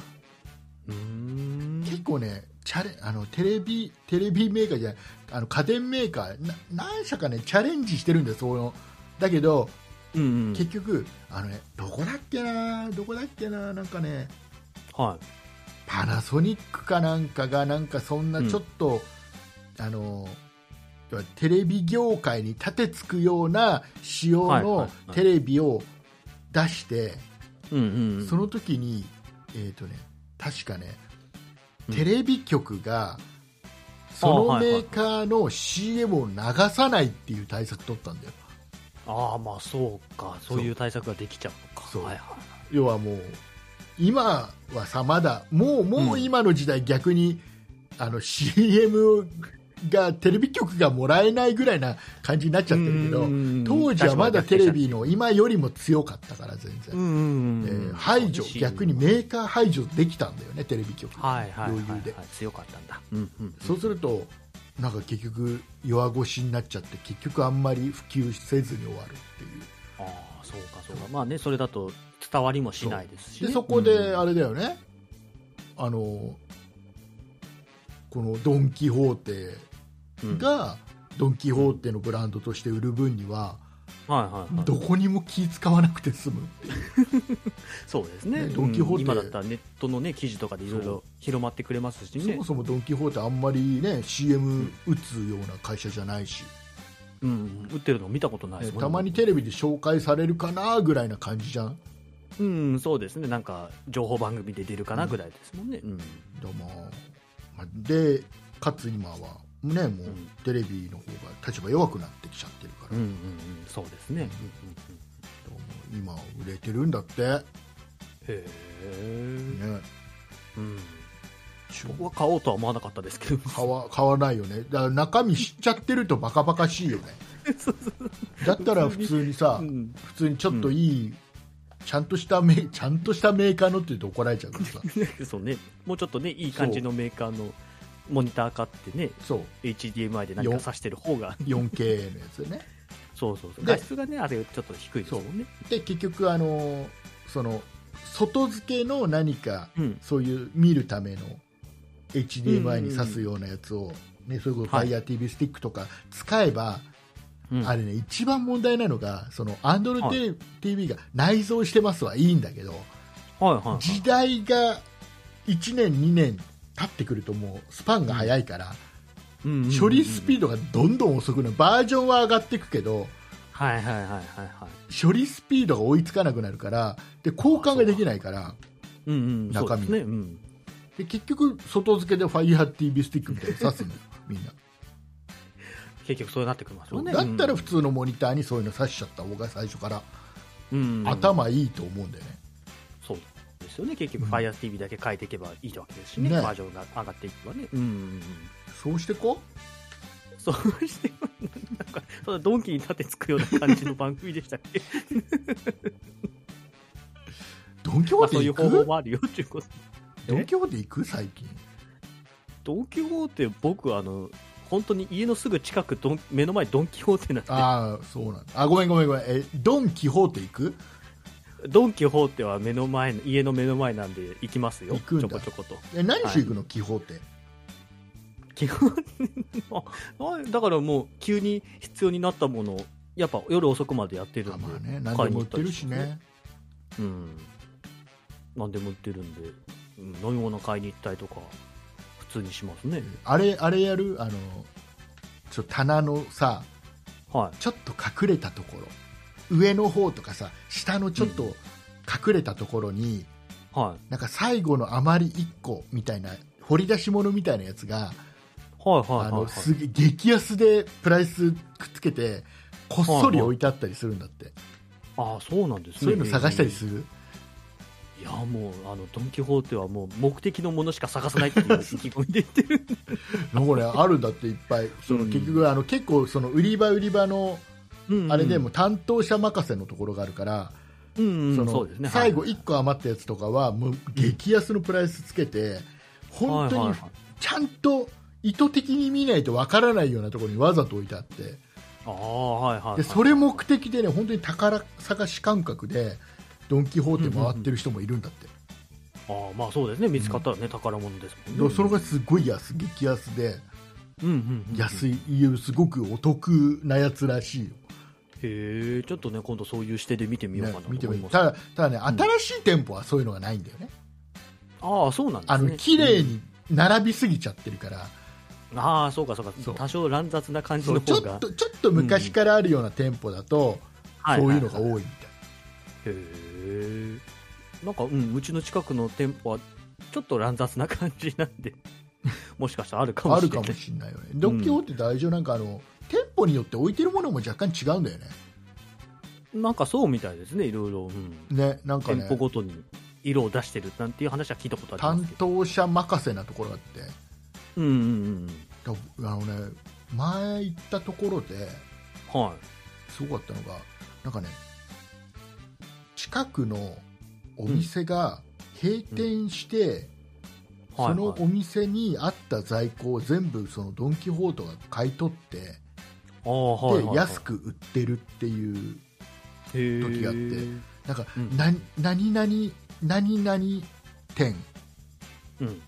[SPEAKER 3] うーん
[SPEAKER 2] 結構ねチャレあのテレビテレビメーカーじゃないあの家電メーカーな何社かねチャレンジしてるんですそのだけど
[SPEAKER 3] うんうん
[SPEAKER 2] 結局あの、ね、どこだっけなどこだっけななんかね
[SPEAKER 3] はい
[SPEAKER 2] パナソニックかなんかがなんかそんな
[SPEAKER 3] うん
[SPEAKER 2] ちょっと、あのテレビ業界に立てつくような仕様
[SPEAKER 3] はいは
[SPEAKER 2] の
[SPEAKER 3] いはい
[SPEAKER 2] テレビを出して、
[SPEAKER 3] うんうんうん
[SPEAKER 2] その時にえっ、とね確かね
[SPEAKER 3] うん
[SPEAKER 2] テレビ局がそのメーカーの CM を流さないっていう対策取ったんだよ
[SPEAKER 3] ああまあそうかそういう対策ができちゃうのか
[SPEAKER 2] そう
[SPEAKER 3] はいはい
[SPEAKER 2] 要はもう今はさまだもうもう今の時代逆に、あの CM がテレビ局がもらえないぐらいな感じになっちゃってるけど当時はまだテレビの今よりも強かったから全
[SPEAKER 3] うん
[SPEAKER 2] 然、
[SPEAKER 3] うん
[SPEAKER 2] え
[SPEAKER 3] うん
[SPEAKER 2] ー排除逆にメ
[SPEAKER 3] はい
[SPEAKER 2] ーカー排除できたんだよねテレビ局
[SPEAKER 3] はいはいはい、
[SPEAKER 2] 余裕で
[SPEAKER 3] はい、強かったんだうんうん
[SPEAKER 2] そうするとなんか結局弱腰になっちゃって結局あんまり普及せずに終わるっていう
[SPEAKER 3] ああそうかそうかまあねそれだと伝わりもしないですし、ね、
[SPEAKER 2] でそこであれだよね、あのこのドン・キホーテ
[SPEAKER 3] うん
[SPEAKER 2] がドン・キホーテのブランドとして売る分には
[SPEAKER 3] うんはいはいはい
[SPEAKER 2] どこにも気使わなくて済む
[SPEAKER 3] そうですね
[SPEAKER 2] ねドンキホーテ
[SPEAKER 3] うん今だったらネットのね記事とかでいろいろ広まってくれますし
[SPEAKER 2] そ
[SPEAKER 3] ね
[SPEAKER 2] もそもドン・キホーテあんまりね CM 打つような会社じゃないし、
[SPEAKER 3] うんうん、打ってるの見たことないです
[SPEAKER 2] ねたまにテレビで紹介されるかなぐらいな感じじゃん
[SPEAKER 3] うんそうですねなんか情報番組で出るかなぐらいですもんねうん、
[SPEAKER 2] どうもまあでかつ今はねもう
[SPEAKER 3] うん
[SPEAKER 2] テレビの方が立場弱くなってきちゃってるから、
[SPEAKER 3] うんうんうん、そうですね、
[SPEAKER 2] どうも今売れてるんだって
[SPEAKER 3] うんうん、へえ、
[SPEAKER 2] ね
[SPEAKER 3] うん、僕は買おうとは思わなかったですけど
[SPEAKER 2] 買わ買わないよねだから中身知っちゃってるとバカバカしい よねだったら普通にさ
[SPEAKER 3] うん
[SPEAKER 2] 普通にちょっといい、ちゃんとしたメーちゃんとしたメーカーのって言うと怒られちゃう からさ
[SPEAKER 3] そうねもうちょっとねいい感じのメーカーのモニター買ってね
[SPEAKER 2] そう
[SPEAKER 3] HDMI で何か挿してる方が
[SPEAKER 2] 4K のやつね
[SPEAKER 3] そうそうそう
[SPEAKER 2] で
[SPEAKER 3] 画質がねあれちょっと低いですもんね
[SPEAKER 2] で結局あのその外付けの何か
[SPEAKER 3] うん
[SPEAKER 2] そういう見るための HDMI に挿すようなやつを、ね、それこそ
[SPEAKER 3] はい
[SPEAKER 2] FireTV スティックとか使えば、
[SPEAKER 3] うん
[SPEAKER 2] あれね、一番問題なのが、その Android TV が内蔵してますはいいんだけど、
[SPEAKER 3] はいはいはい
[SPEAKER 2] 時代が1年、2年経ってくると、もうスパンが早いから、
[SPEAKER 3] うんうんうんうん
[SPEAKER 2] 処理スピードがどんどん遅くなる、バージョンは上がっていくけど、
[SPEAKER 3] はいはいはいはいはい
[SPEAKER 2] 処理スピードが追いつかなくなるから、で交換ができないから、
[SPEAKER 3] うんうん
[SPEAKER 2] 中身
[SPEAKER 3] そうですねうん
[SPEAKER 2] で結局、外付けで FireTV スティックみたいに挿すのよ、みんな。
[SPEAKER 3] 結局そうなってきますもんね
[SPEAKER 2] だったら普通のモニターにそういうの挿しちゃった方が最初から
[SPEAKER 3] うんうん
[SPEAKER 2] 頭いいと思うんだよね。
[SPEAKER 3] そうですよね結局
[SPEAKER 2] うん
[SPEAKER 3] FireTV だけ変えていけばいいわけですしね
[SPEAKER 2] ね
[SPEAKER 3] バージョンが上がっていけばねうんうんうん
[SPEAKER 2] そうしてこう
[SPEAKER 3] そうしてなんかそんなドンキに立てつくような感じの番組でしたっ け
[SPEAKER 2] ドン・キホ
[SPEAKER 3] まあ
[SPEAKER 2] ーテ
[SPEAKER 3] そういう
[SPEAKER 2] 行
[SPEAKER 3] 方
[SPEAKER 2] く、
[SPEAKER 3] 法もあるよっていうこと
[SPEAKER 2] ドン・キホーテ行く最近
[SPEAKER 3] ドン・キホーテ僕あの本当に家のすぐ近くドン目の前ドン・キホーテなんで
[SPEAKER 2] ああそうなんだあごめんごめんごめんえドン・キホーテ行く
[SPEAKER 3] ドン・キホーテは目の前の家の目の前なんで行きますよ
[SPEAKER 2] 行くんだ
[SPEAKER 3] ちょこちょこと
[SPEAKER 2] え何しに行くの、キホーテ
[SPEAKER 3] 基本あだからもう急に必要になったものをやっぱ夜遅くまでやってる
[SPEAKER 2] あ
[SPEAKER 3] んで、
[SPEAKER 2] まあね何でも売ってるし
[SPEAKER 3] 買いに
[SPEAKER 2] ね
[SPEAKER 3] うん何でも売ってるんで、うん、飲み物買いに行ったりとか普通にしますね
[SPEAKER 2] あれあれやるあのちょ棚のさ
[SPEAKER 3] はい
[SPEAKER 2] ちょっと隠れたところ上の方とかさ下のちょっと隠れたところに、
[SPEAKER 3] はい
[SPEAKER 2] なんか最後の余り1個みたいな掘り出し物みたいなやつが、
[SPEAKER 3] はいはいは
[SPEAKER 2] あ
[SPEAKER 3] いはい
[SPEAKER 2] のすげえ激安でプライスくっつけてこっそり置いてあったりするんだって、
[SPEAKER 3] ああそうなんですね
[SPEAKER 2] そういうの探したりする、
[SPEAKER 3] いやもうあのドン・キホーテはもう目的のものしか探さないっていう意 気込みで言ってる
[SPEAKER 2] なんかね、あるんだっていっぱいその
[SPEAKER 3] うん
[SPEAKER 2] 結局あの結構その売り場売り場の
[SPEAKER 3] うんうん
[SPEAKER 2] あれでも担当者任せのところがあるから、
[SPEAKER 3] うん、うん、
[SPEAKER 2] そ
[SPEAKER 3] そ
[SPEAKER 2] の
[SPEAKER 3] うですね。は
[SPEAKER 2] 最
[SPEAKER 3] い
[SPEAKER 2] 後1個余ったやつとかはもう激安のプライスつけて本当にちゃんと意図的に見ないとわからないようなところにわざと置いてあって
[SPEAKER 3] ああ、はいはいはい。
[SPEAKER 2] でそれ目的でね本当に宝探し感覚でドン・キホーテ回ってる人もいるんだって、
[SPEAKER 3] ああ、まあそうですね。見つかったらね、宝物ですもんね。
[SPEAKER 2] だからそれがすごい安い激安で
[SPEAKER 3] うんうんうん、
[SPEAKER 2] 安
[SPEAKER 3] い。
[SPEAKER 2] いいうすごくお得なやつらしいよ、
[SPEAKER 3] へえ、ちょっとね、今度そういう視点で見てみよう
[SPEAKER 2] ね
[SPEAKER 3] かなと
[SPEAKER 2] 見て
[SPEAKER 3] 思
[SPEAKER 2] みる
[SPEAKER 3] います。
[SPEAKER 2] ただただね新しい店舗はそういうのがないんだよね、
[SPEAKER 3] ああ、そうなんです
[SPEAKER 2] あ
[SPEAKER 3] ね。
[SPEAKER 2] の綺麗に並びすぎちゃってるから、
[SPEAKER 3] うん。ああ、そうかそうか。
[SPEAKER 2] そう
[SPEAKER 3] 多少乱雑な感じ
[SPEAKER 2] そ
[SPEAKER 3] の
[SPEAKER 2] うちょ
[SPEAKER 3] 方
[SPEAKER 2] っ
[SPEAKER 3] が。
[SPEAKER 2] とちょっと昔からあるような店舗だと、
[SPEAKER 3] は
[SPEAKER 2] そういうのが多い
[SPEAKER 3] は
[SPEAKER 2] み
[SPEAKER 3] は
[SPEAKER 2] たい
[SPEAKER 3] へえ。なんか、うん、うちの近くの店舗は、ちょっと乱雑な感じなん で、もしかしたらあるか
[SPEAKER 2] な、
[SPEAKER 3] も
[SPEAKER 2] あ
[SPEAKER 3] しれ
[SPEAKER 2] る
[SPEAKER 3] な
[SPEAKER 2] か
[SPEAKER 3] い。
[SPEAKER 2] もしれないよね、ドン・キホーテ大丈夫なんかあの店舗によって置いてるものも若干違うんだよね、
[SPEAKER 3] なんかそうみたいですね、いろいろ。うん
[SPEAKER 2] ねなんか
[SPEAKER 3] 店
[SPEAKER 2] ね
[SPEAKER 3] 舗ごとに色を出してるなんていう話は聞いたことあります
[SPEAKER 2] 担
[SPEAKER 3] けど。
[SPEAKER 2] 当者任せなところがあって、
[SPEAKER 3] うんうん
[SPEAKER 2] だあのね前行ったところで
[SPEAKER 3] うん。はい。
[SPEAKER 2] すごかったのがなんかね近くのお店が閉店して、
[SPEAKER 3] はい
[SPEAKER 2] その
[SPEAKER 3] はい
[SPEAKER 2] お店にあった在庫を全部そのドン・キホートが買い取って、
[SPEAKER 3] ああはいはいはい
[SPEAKER 2] で安く売ってるっていう時があって
[SPEAKER 3] へえ
[SPEAKER 2] なんか、
[SPEAKER 3] うん
[SPEAKER 2] な何々何々店
[SPEAKER 3] うん、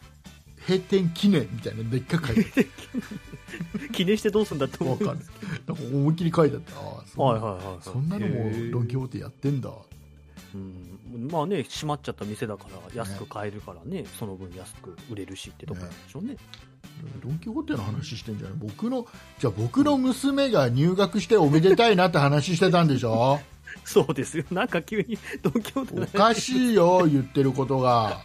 [SPEAKER 2] 閉店記念みたいなのでっかく書いてあって
[SPEAKER 3] 記念してどうするんだって思
[SPEAKER 2] わ
[SPEAKER 3] う
[SPEAKER 2] かんないなんか思いっきり書いてあってああそ,、
[SPEAKER 3] はいはいはい
[SPEAKER 2] そんなのもドン・キ
[SPEAKER 3] ョ、
[SPEAKER 2] ホーテやってんだ
[SPEAKER 3] うん、まあね閉まっちゃった店だから安く買えるからねその分安く売れるしってとこなんでしょうね
[SPEAKER 2] ドン・キホーテの話してんじゃない僕のじゃあ僕の娘が入学しておめでたいなって話してたんでし ょ
[SPEAKER 3] そうですよなんか急にドン・キホーテ
[SPEAKER 2] お
[SPEAKER 3] の
[SPEAKER 2] か
[SPEAKER 3] 話
[SPEAKER 2] しいよ言ってることが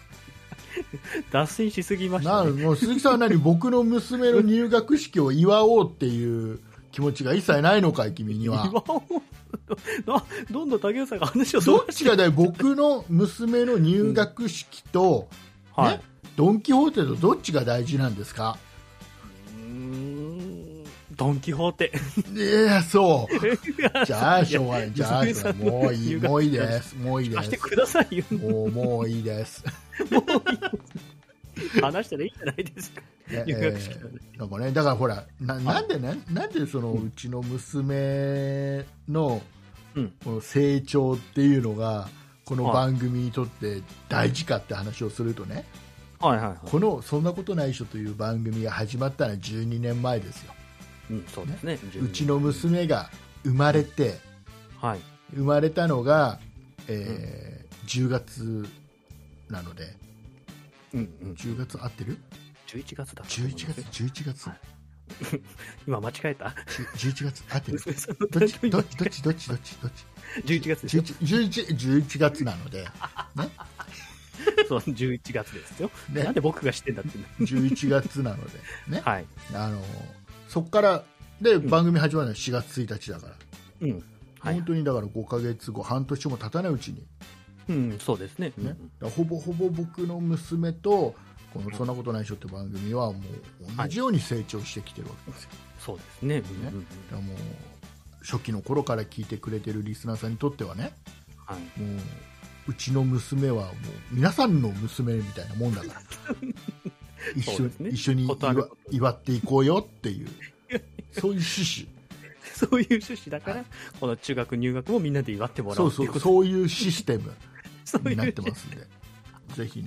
[SPEAKER 3] 脱線しすぎまし
[SPEAKER 2] な
[SPEAKER 3] たね
[SPEAKER 2] もう鈴木さんは何僕の娘の入学式を祝おうっていう気持ちが一切ないのかい君には
[SPEAKER 3] 今思うなどんどん竹内さんが話を
[SPEAKER 2] ど
[SPEAKER 3] そ
[SPEAKER 2] っちがだよ僕の娘の入学式と、
[SPEAKER 3] うは
[SPEAKER 2] ね
[SPEAKER 3] い、
[SPEAKER 2] ドン・キホーテとどっちが大事なんですか
[SPEAKER 3] うーんドン・キホーテ
[SPEAKER 2] いやそう じゃあしょうがない
[SPEAKER 3] や
[SPEAKER 2] じ ゃあ
[SPEAKER 3] 娘
[SPEAKER 2] しょ
[SPEAKER 3] さ
[SPEAKER 2] うんがないもういいもういい
[SPEAKER 3] 入
[SPEAKER 2] で
[SPEAKER 3] 学
[SPEAKER 2] すもういいで
[SPEAKER 3] 貸して
[SPEAKER 2] す
[SPEAKER 3] くださいよ
[SPEAKER 2] もうもういいです、
[SPEAKER 3] 話したらいいじゃないですか
[SPEAKER 2] ね
[SPEAKER 3] 入学式
[SPEAKER 2] えーなんかねだからほらななんでねなんでそのうちの娘の
[SPEAKER 3] うん
[SPEAKER 2] この成長っていうのがこの番組にとって大事かって話をするとね
[SPEAKER 3] はいはいはい
[SPEAKER 2] この「そんなことないっしょ」という番組が始まったのは12年前ですよ
[SPEAKER 3] うん、そうですね。
[SPEAKER 2] うちの娘が生まれて
[SPEAKER 3] はい。
[SPEAKER 2] 生まれたのが、えー10月なので
[SPEAKER 3] うんうん。
[SPEAKER 2] 10月合ってる
[SPEAKER 3] 11月だったと思います。
[SPEAKER 2] 11月11月
[SPEAKER 3] はい今間違えた。
[SPEAKER 2] 11月合ってる
[SPEAKER 3] 娘さんの
[SPEAKER 2] どっ
[SPEAKER 3] 誕生
[SPEAKER 2] ち
[SPEAKER 3] 日
[SPEAKER 2] どっ
[SPEAKER 3] が
[SPEAKER 2] ちどっちどっちどっちどっち
[SPEAKER 3] 11月ですよ。
[SPEAKER 2] 11, 11, 11月なので
[SPEAKER 3] そう、11月ですよ。
[SPEAKER 2] ね
[SPEAKER 3] なんで僕が知ってんだっていうの。
[SPEAKER 2] 11月なのでね
[SPEAKER 3] はい。
[SPEAKER 2] あのそこからで
[SPEAKER 3] ん
[SPEAKER 2] 番組始まるのは4月1日だから、
[SPEAKER 3] うん。はい
[SPEAKER 2] 本当にだから5か月後半年も経たないうちに、
[SPEAKER 3] うん、そうですね。うんう
[SPEAKER 2] ね
[SPEAKER 3] ん
[SPEAKER 2] だからほぼほぼ僕の娘とこの「そんなことないでしょ」って番組はもう同じように成長してきてるわけですよ、
[SPEAKER 3] そうですね。うんうんうん
[SPEAKER 2] だからもう初期の頃から聞いてくれてるリスナーさんにとってはね
[SPEAKER 3] はい。
[SPEAKER 2] もううちの娘はもう皆さんの娘みたいなもん だから一緒,、
[SPEAKER 3] そうですね
[SPEAKER 2] 一緒に
[SPEAKER 3] 断る
[SPEAKER 2] 祝
[SPEAKER 3] こと
[SPEAKER 2] 祝っていこうよっていうそういう趣旨
[SPEAKER 3] そういう趣旨だから、この中学入学もみんなで祝ってもら
[SPEAKER 2] そ
[SPEAKER 3] お
[SPEAKER 2] う
[SPEAKER 3] うって
[SPEAKER 2] そ
[SPEAKER 3] いうこ
[SPEAKER 2] う
[SPEAKER 3] と。
[SPEAKER 2] そういうシステム
[SPEAKER 3] そうい
[SPEAKER 2] に
[SPEAKER 3] う
[SPEAKER 2] なっ
[SPEAKER 3] 趣
[SPEAKER 2] て
[SPEAKER 3] 旨
[SPEAKER 2] ますんでぜひ、ね、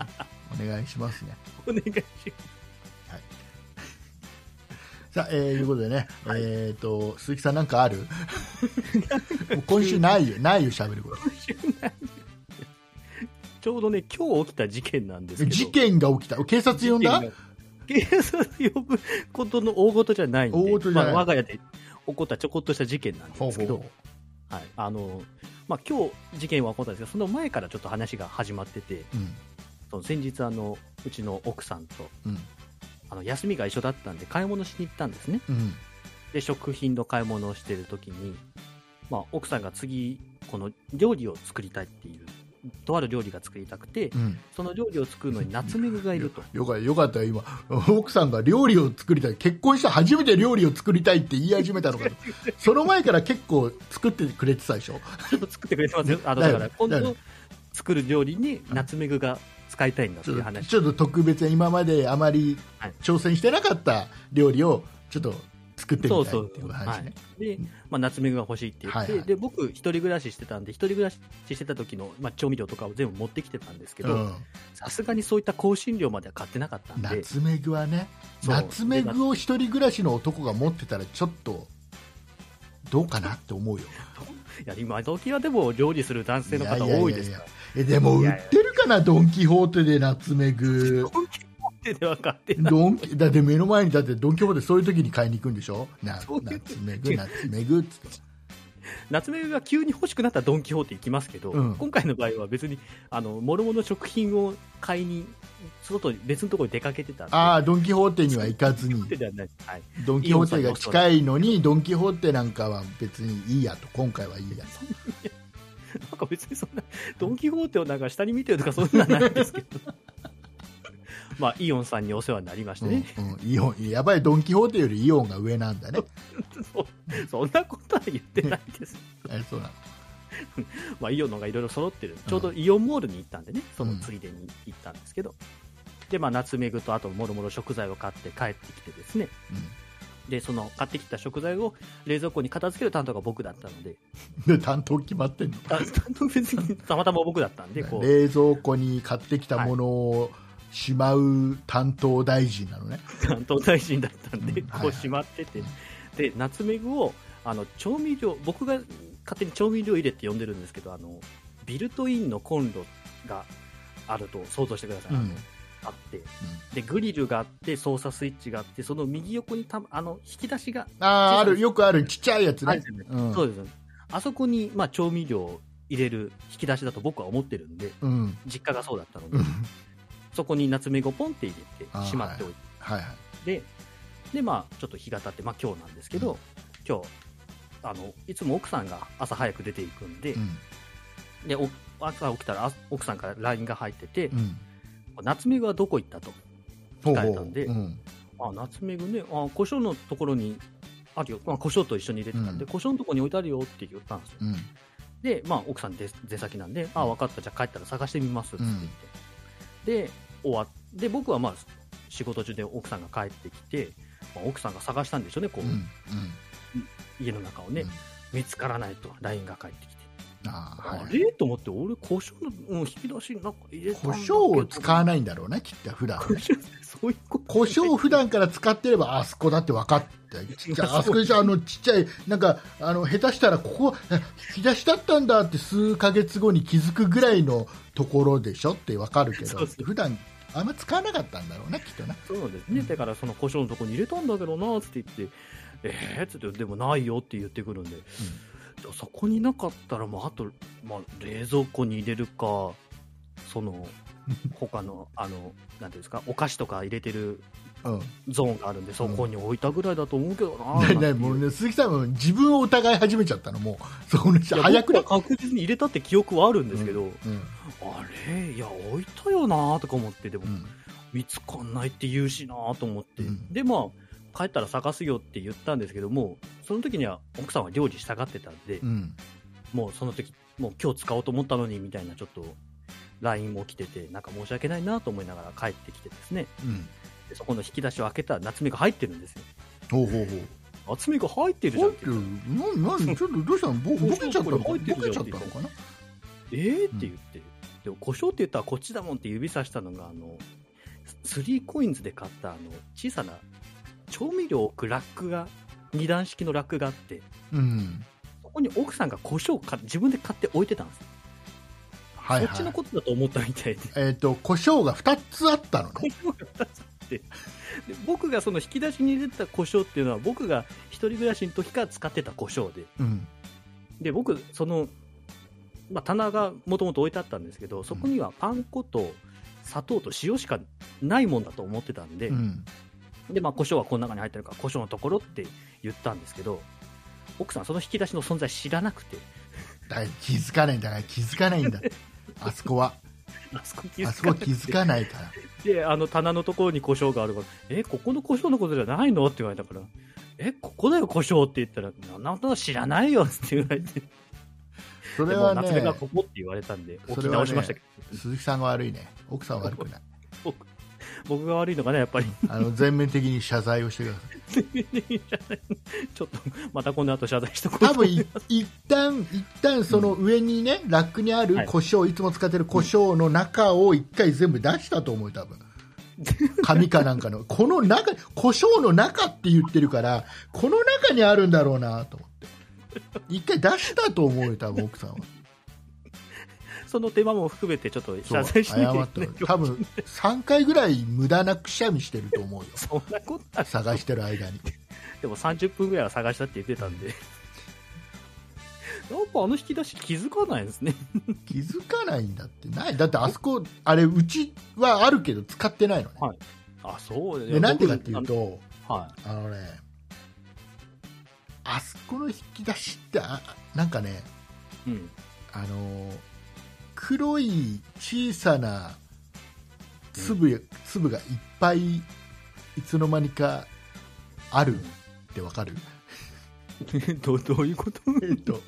[SPEAKER 2] お願いしますね
[SPEAKER 3] お願いし
[SPEAKER 2] さあ、えー、いうことでね、えっ、と、鈴木さんなん かあるもう今週ないよ、ないよ、喋るこ
[SPEAKER 3] ます。 ちょうどね、今日起きた事件なんです
[SPEAKER 2] と。
[SPEAKER 3] けど。
[SPEAKER 2] 事件が起きた。警察呼んだ
[SPEAKER 3] 警察呼ぶことの大事じゃないんで、
[SPEAKER 2] 大事じゃない
[SPEAKER 3] まあ、我が家で起こったちょこっとした事件なんですけど、はいあのまあ、今日事件は起こったんですけど、その前からちょっと話が始まってて、
[SPEAKER 2] う。
[SPEAKER 3] その先日あの、うちの奥さんと
[SPEAKER 2] うん。
[SPEAKER 3] あの休みが一緒だったんで、買い物しに行ったんですね。
[SPEAKER 2] うん。
[SPEAKER 3] で、食品の買い物をしてるときに、まあ、奥さんが次、この料理を作りたいっていうとある料理が作りたくて、
[SPEAKER 2] うん、
[SPEAKER 3] その料理を作るのに夏目具がいると。
[SPEAKER 2] よかよかったよ、今、奥さんが料理を作りたい、結婚して初めて料理を作りたいって言い始めたのかと、その前から結構作ってくれてたでしょ、
[SPEAKER 3] ちょっと作ってくれてますよ。あの
[SPEAKER 2] だ
[SPEAKER 3] だ
[SPEAKER 2] よね
[SPEAKER 3] から今
[SPEAKER 2] だよ
[SPEAKER 3] 度作る料理に夏目具が使いたいんだって
[SPEAKER 2] ちょ
[SPEAKER 3] いう
[SPEAKER 2] っと
[SPEAKER 3] 話。
[SPEAKER 2] ちょっと特別に今まであまり
[SPEAKER 3] はい
[SPEAKER 2] 挑戦してなかった料理をちょっと作ってみ
[SPEAKER 3] そう
[SPEAKER 2] たい
[SPEAKER 3] そ
[SPEAKER 2] っ
[SPEAKER 3] う
[SPEAKER 2] ていう。
[SPEAKER 3] は
[SPEAKER 2] 話ね
[SPEAKER 3] い。、で、まあ、夏目具が欲しいって言って、
[SPEAKER 2] はいはい
[SPEAKER 3] で、僕一人暮らししてたんで、一人暮らししてた時の、まあ、調味料とかを全部持ってきてたんですけ
[SPEAKER 2] う
[SPEAKER 3] ど。
[SPEAKER 2] ん
[SPEAKER 3] さすがにそういった香辛料までは買ってなかったんで。
[SPEAKER 2] 夏目具はね、
[SPEAKER 3] そう
[SPEAKER 2] 夏目具を一人暮らしの男が持ってたら、ちょっとどうかなって思うよ、
[SPEAKER 3] いや、今時はでも料理する男性の方多いですから。
[SPEAKER 2] えでも
[SPEAKER 3] い
[SPEAKER 2] 売
[SPEAKER 3] やい
[SPEAKER 2] っ
[SPEAKER 3] や
[SPEAKER 2] てるかな、ドン・キホーテで夏目具。
[SPEAKER 3] ドンキホーテでは買って ない。
[SPEAKER 2] ドンキだって目の前にだってドン・キホーテそういう時に買いに行くんでしょな
[SPEAKER 3] そういう
[SPEAKER 2] 夏目具夏目具っつって
[SPEAKER 3] 夏目具が急に欲しくなったらドン・キホーテ行きますけど、
[SPEAKER 2] うん
[SPEAKER 3] 今回の場合は別に、あの、諸々食品を買いに、外に、別のところに出かけてたんで、
[SPEAKER 2] ああドン・キホーテには行かずに
[SPEAKER 3] ホーテではない。はい。
[SPEAKER 2] ドン・キホーテが近いのにドン・キホーテなんかは別にいいやと今回はいいやと
[SPEAKER 3] なんか別にそんな、ドン・キホーテをなんか下に見てるとかそんなんないん ですけど。まあ、イオンさんにお世話になりましてね、
[SPEAKER 2] うんうんイオンやばいドン・キホーテよりイオンが上なんだね
[SPEAKER 3] そそんなことは言ってない です。
[SPEAKER 2] えそうなの
[SPEAKER 3] まあ、イオンのがいろいろ揃ってる、ちょうどイオンモールに行ったんでね、そのついでに行ったんですけど、で、まあ、夏目具とあと、もろもろ食材を買って帰ってきてですね、で、その買ってきた食材を冷蔵庫に片付ける担当が僕だったので、
[SPEAKER 2] うん、 で担当決まってんの
[SPEAKER 3] た担当別に たまたま僕だったんで、こう、
[SPEAKER 2] 冷蔵庫に買ってきたものをしまう担当大臣なのね、
[SPEAKER 3] 担当大臣だったんで、
[SPEAKER 2] うんはいは
[SPEAKER 3] こう
[SPEAKER 2] い
[SPEAKER 3] しまってて、で、夏目具を、あの、調味料、僕が勝手に調味料入れって呼んでるんですけど、あの、ビルトインのコンロがあると想像してください。
[SPEAKER 2] う
[SPEAKER 3] あの
[SPEAKER 2] ん
[SPEAKER 3] あって、で、グリルがあって、操作スイッチがあって、その右横にた、あの、引き出しが
[SPEAKER 2] あああるよくあるちっちゃいやつ
[SPEAKER 3] ある
[SPEAKER 2] ね
[SPEAKER 3] じゃない、
[SPEAKER 2] うん
[SPEAKER 3] そうですよね。あそこに、まあ、調味料を入れる引き出しだと僕は思ってるんで、
[SPEAKER 2] うん
[SPEAKER 3] 実家がそうだったので、
[SPEAKER 2] うん
[SPEAKER 3] そこに夏目をポンって入れ
[SPEAKER 2] あー
[SPEAKER 3] て、しまっておい
[SPEAKER 2] はいはい
[SPEAKER 3] て、で、で、まあ、ちょっと日が経って、まあ、今日なんですけど、
[SPEAKER 2] うん
[SPEAKER 3] 今日、あの、いつも奥さんが朝早く出ていくんで、
[SPEAKER 2] うん
[SPEAKER 3] で、お朝起きたらあ奥さんから LINE が入ってて、
[SPEAKER 2] うん
[SPEAKER 3] 夏目はどこ行ったと。
[SPEAKER 2] ほう
[SPEAKER 3] 使
[SPEAKER 2] ほ
[SPEAKER 3] え
[SPEAKER 2] う
[SPEAKER 3] たんで
[SPEAKER 2] うん
[SPEAKER 3] あ、夏目具ね、あ、胡椒のところにあるよ。まあ、胡椒と一緒に入れてたんで、
[SPEAKER 2] う
[SPEAKER 3] 胡椒のところに置いてあるよって言ったんですよ。
[SPEAKER 2] うん
[SPEAKER 3] で、まあ、奥さん出出先なんで、あ、分かった、じゃあ帰ったら探してみますって言って。で、終わっで、僕はまあ、仕事中で奥さんが帰ってきて、まあ、奥さんが探したんでしょうね、こ
[SPEAKER 2] う
[SPEAKER 3] う、
[SPEAKER 2] んうん
[SPEAKER 3] 家の中を
[SPEAKER 2] う
[SPEAKER 3] ね
[SPEAKER 2] ん、
[SPEAKER 3] 見つからないと、LINE が返ってきて。
[SPEAKER 2] あー
[SPEAKER 3] あ
[SPEAKER 2] はい
[SPEAKER 3] れと思って、俺、胡椒の、うん、引き出しの中入れたん
[SPEAKER 2] 胡
[SPEAKER 3] だけ
[SPEAKER 2] 椒
[SPEAKER 3] ど
[SPEAKER 2] を使わないんだろうねきっと普段
[SPEAKER 3] 胡椒 そういうこと。
[SPEAKER 2] 胡椒を普段から使ってればあそこだって分かってちっちゃいあそこでしょあのちっちゃいなんかあの下手したらここえ引き出しだったんだって数ヶ月後に気づくぐらいのところでしょって分かるけ
[SPEAKER 3] そ
[SPEAKER 2] ど
[SPEAKER 3] うそう
[SPEAKER 2] 普段あんま使わなかったんだろうねきっとね
[SPEAKER 3] そうなんですね、だからその胡椒のとこに入れたんだけどなって言って、えー、っつって、でもないよって言ってくるんで、そこになかったら、まあ、あと、まあ、冷蔵庫に入れるか、そ の、他の、あの、なんていうんですか、お菓子とか入れてる
[SPEAKER 2] うん
[SPEAKER 3] ゾーンがあるんで、そこに置いたぐらいだと思うけどな、
[SPEAKER 2] ね
[SPEAKER 3] なんてい
[SPEAKER 2] ね
[SPEAKER 3] う
[SPEAKER 2] もうね鈴木さんも自分を疑い始めちゃったのもうその
[SPEAKER 3] いや
[SPEAKER 2] 早くね
[SPEAKER 3] 僕は確実に入れたって記憶はあるんですけど、
[SPEAKER 2] うん
[SPEAKER 3] あれ、いや、置いたよなとか思って、でも、
[SPEAKER 2] うん
[SPEAKER 3] 見つかんないって言うしなと思って、
[SPEAKER 2] うん
[SPEAKER 3] でまあ帰ったら探すよって言ったんですけどもその時には奥さんは料理したがってたんで、
[SPEAKER 2] うん
[SPEAKER 3] もうその時もう今日使おうと思ったのにみたいなちょっと LINE も来ててなんか申し訳ないなと思いながら帰ってきてですね
[SPEAKER 2] うん
[SPEAKER 3] でそこの引き出しを開けたら夏目が入ってるんですよ
[SPEAKER 2] ほうほうほう
[SPEAKER 3] 夏目が入ってるじゃん
[SPEAKER 2] 入っ
[SPEAKER 3] って
[SPEAKER 2] てる
[SPEAKER 3] 言っ
[SPEAKER 2] ななちょっとどうしたのぼボケちゃったのかボケちゃったのかな
[SPEAKER 3] てえーって言って、でも胡椒って言ったらこっちだもんって指さしたのがあのスリーコインズで買ったあの小さな調味料を置くラックが二段式のラックがあって
[SPEAKER 2] うん
[SPEAKER 3] そこに奥さんが胡椒をか自分で買って置いてたんですよ、
[SPEAKER 2] はい
[SPEAKER 3] そ
[SPEAKER 2] は
[SPEAKER 3] っちの
[SPEAKER 2] い
[SPEAKER 3] ことだと思ったみたいで、
[SPEAKER 2] えっと胡椒が二つあったの
[SPEAKER 3] 胡
[SPEAKER 2] ね
[SPEAKER 3] 椒が2つあって、で僕がその引き出しに入れてた胡椒っていうのは、僕が一人暮らしの時から使ってた胡椒で、
[SPEAKER 2] うん
[SPEAKER 3] で僕、その、まあ、棚がもともと置いてあったんですけど、そこにはパン粉と砂糖と塩しかないもんだと思ってたんで、
[SPEAKER 2] うん
[SPEAKER 3] でまあ、胡椒はこの中に入ってるから、胡椒のところって言ったんですけど、奥さん、その引き出しの存在知らなくて。
[SPEAKER 2] だから気づかないんだから気づかないんだあそこは
[SPEAKER 3] あそ こ気
[SPEAKER 2] あそこは気づか
[SPEAKER 3] い。
[SPEAKER 2] ないから
[SPEAKER 3] で、あの棚のところに胡椒があるから、え、ここの胡椒のことじゃないのって言われたから、え、ここだよ胡椒って言ったら、そんなこと知らないよって言われて、
[SPEAKER 2] そ
[SPEAKER 3] で
[SPEAKER 2] れ
[SPEAKER 3] も
[SPEAKER 2] は
[SPEAKER 3] 夏目
[SPEAKER 2] ね
[SPEAKER 3] がここって言われたんで、
[SPEAKER 2] そ
[SPEAKER 3] 置
[SPEAKER 2] れは
[SPEAKER 3] き
[SPEAKER 2] ね
[SPEAKER 3] 直しましたけど、
[SPEAKER 2] 鈴木さんが悪いね奥さんは悪くない
[SPEAKER 3] 僕僕が悪いのかな、やっぱり。
[SPEAKER 2] あの全面的に謝罪をしてください
[SPEAKER 3] ちょっと、またこの後謝罪しとこうと
[SPEAKER 2] 多分 い一旦一旦その上にね、ラックにある胡椒、い、つも使ってる胡椒の中を一回全部出したと思う多 分紙かなんかのこの中胡椒の中って言ってるからこの中にあるんだろうなと思って一回出したと思うよ多分奥さんは
[SPEAKER 3] その手間も含めて、ちょっと
[SPEAKER 2] そう
[SPEAKER 3] 謝罪しなきゃい
[SPEAKER 2] 謝っ
[SPEAKER 3] け
[SPEAKER 2] て
[SPEAKER 3] ない。
[SPEAKER 2] 多分3回ぐらい無駄なくしゃみしてると思うよ
[SPEAKER 3] そんなことなく
[SPEAKER 2] 探してる間に
[SPEAKER 3] ても30分ぐらいは探したって言ってたんで。なんかあの引き出し気づかないですね。
[SPEAKER 2] 気づかないんだってないだってあそこあれうちはあるけど使ってないのね、
[SPEAKER 3] はいあ、そう
[SPEAKER 2] でなんでかっていう、と
[SPEAKER 3] は
[SPEAKER 2] あのねあそこの引き出しってあなんかね
[SPEAKER 3] い。うん。
[SPEAKER 2] あの黒い小さな粒,、粒がいっぱいいつの間にかあるってわかる、
[SPEAKER 3] どどういうこと
[SPEAKER 2] えっと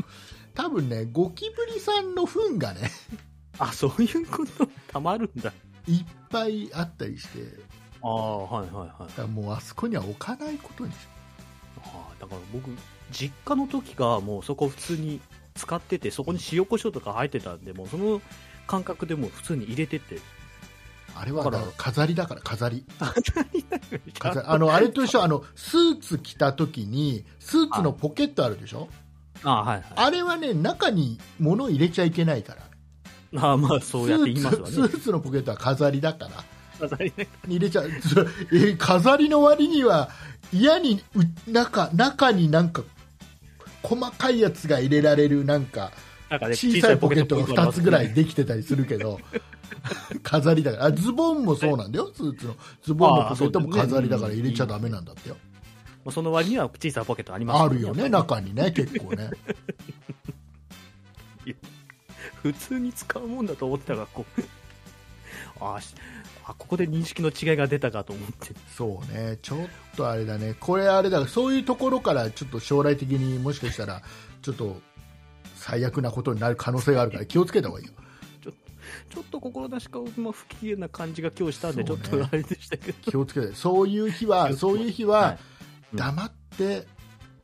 [SPEAKER 2] 多分ねゴキブリさんの糞がね
[SPEAKER 3] あ、そういうこと たまるんだ。
[SPEAKER 2] いっぱいあったりして
[SPEAKER 3] ああ、はいはいはい
[SPEAKER 2] だ。からもうあそこには置かないことにし
[SPEAKER 3] ああだから僕、実家の時がもうそこ普通に使ってて、そこに塩コショウとか入ってたんで、もうその感覚でもう普通に入れてて。
[SPEAKER 2] あれは
[SPEAKER 3] だか
[SPEAKER 2] だ
[SPEAKER 3] ら
[SPEAKER 2] から飾りだから飾り飾り
[SPEAKER 3] あ
[SPEAKER 2] あのあれと一緒あのスーツ着た時にスーツのポケットあるでしょ
[SPEAKER 3] あはいはい。
[SPEAKER 2] あれはね中に物入れちゃいけないから
[SPEAKER 3] ああまあ、そうやって言いますわ
[SPEAKER 2] スー
[SPEAKER 3] ね。
[SPEAKER 2] ツスーツ のポケットは飾りだから
[SPEAKER 3] 飾りね
[SPEAKER 2] 入れちゃ うそえ飾りの割には嫌にう中中になんか細かいやつが入れられるなんか
[SPEAKER 3] なんかね
[SPEAKER 2] 小さいポケットが2つぐらい
[SPEAKER 3] あ
[SPEAKER 2] できてたりするけど 飾りだからあズボンもそうなんだよスーツのズボンのポケットも飾りだから入れちゃダメなんだってよ
[SPEAKER 3] りますわね。その割には小さいポケットあります
[SPEAKER 2] あるよね
[SPEAKER 3] やっぱ
[SPEAKER 2] 中にね結構ね
[SPEAKER 3] り普通に使うもんだと思ったら、こう。ああしあ、ここで認識の違いが出たかと思って。
[SPEAKER 2] そうねちょっとあれだねこれあれだからそういうところからちょっと将来的にもしかしたらちょっと最悪なことになる可能性があるから気をつけた方がいいよ
[SPEAKER 3] ちょっと心なしか、まあ、不機嫌な感じが今日したんで、ち
[SPEAKER 2] そ
[SPEAKER 3] ょ
[SPEAKER 2] う
[SPEAKER 3] っ
[SPEAKER 2] ね
[SPEAKER 3] とあれでしたけど。
[SPEAKER 2] 気をつけてそういう日はそういう日
[SPEAKER 3] は
[SPEAKER 2] はい
[SPEAKER 3] うん
[SPEAKER 2] 黙って、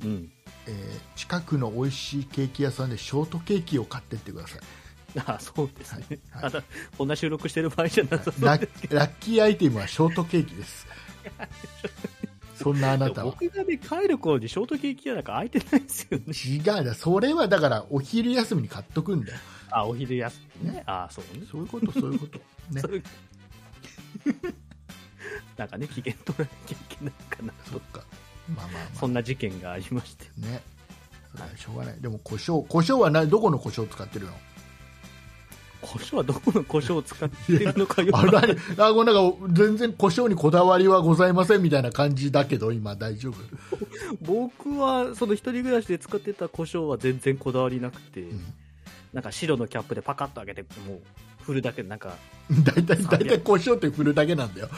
[SPEAKER 3] うん。
[SPEAKER 2] えー近くの美味しいケーキ屋さんでショートケーキを買ってってください
[SPEAKER 3] あそうですね。
[SPEAKER 2] はい
[SPEAKER 3] ただ、こんな収録してる場合じゃなさそう
[SPEAKER 2] ラ
[SPEAKER 3] で
[SPEAKER 2] ッ ラッキーアイテムはショートケーキです。そんなあな
[SPEAKER 3] す。
[SPEAKER 2] たは。
[SPEAKER 3] 僕がね、帰る頃にショートケーキ屋なんか空いてないですよね。
[SPEAKER 2] 違うだ、それはだからお昼休みに買っとくんだよ。
[SPEAKER 3] あ、お昼休みね。あそうね。
[SPEAKER 2] そういうこと、そういうこと。ね
[SPEAKER 3] そ、れ なんかね、機嫌取らなきゃいけないかな
[SPEAKER 2] そっ
[SPEAKER 3] と。
[SPEAKER 2] か。まあまあま
[SPEAKER 3] そんな事件がありまして。
[SPEAKER 2] あ。ね。それはしょうがない。でも胡椒、胡椒はなどこの胡椒を使ってるの
[SPEAKER 3] 胡椒はどこの胡椒を使ってるのかよく
[SPEAKER 2] あ、 なにあ、これなんか全然胡椒にこだわりはございませんみたいな感じだけど、今大丈夫。
[SPEAKER 3] 僕は、その一人暮らしで使ってた胡椒は全然こだわりなくて、
[SPEAKER 2] ん
[SPEAKER 3] なんか白のキャップでパカッと開けて、もう、振るだけで、なんか、
[SPEAKER 2] 大体、大体胡椒って振るだけなんだよ。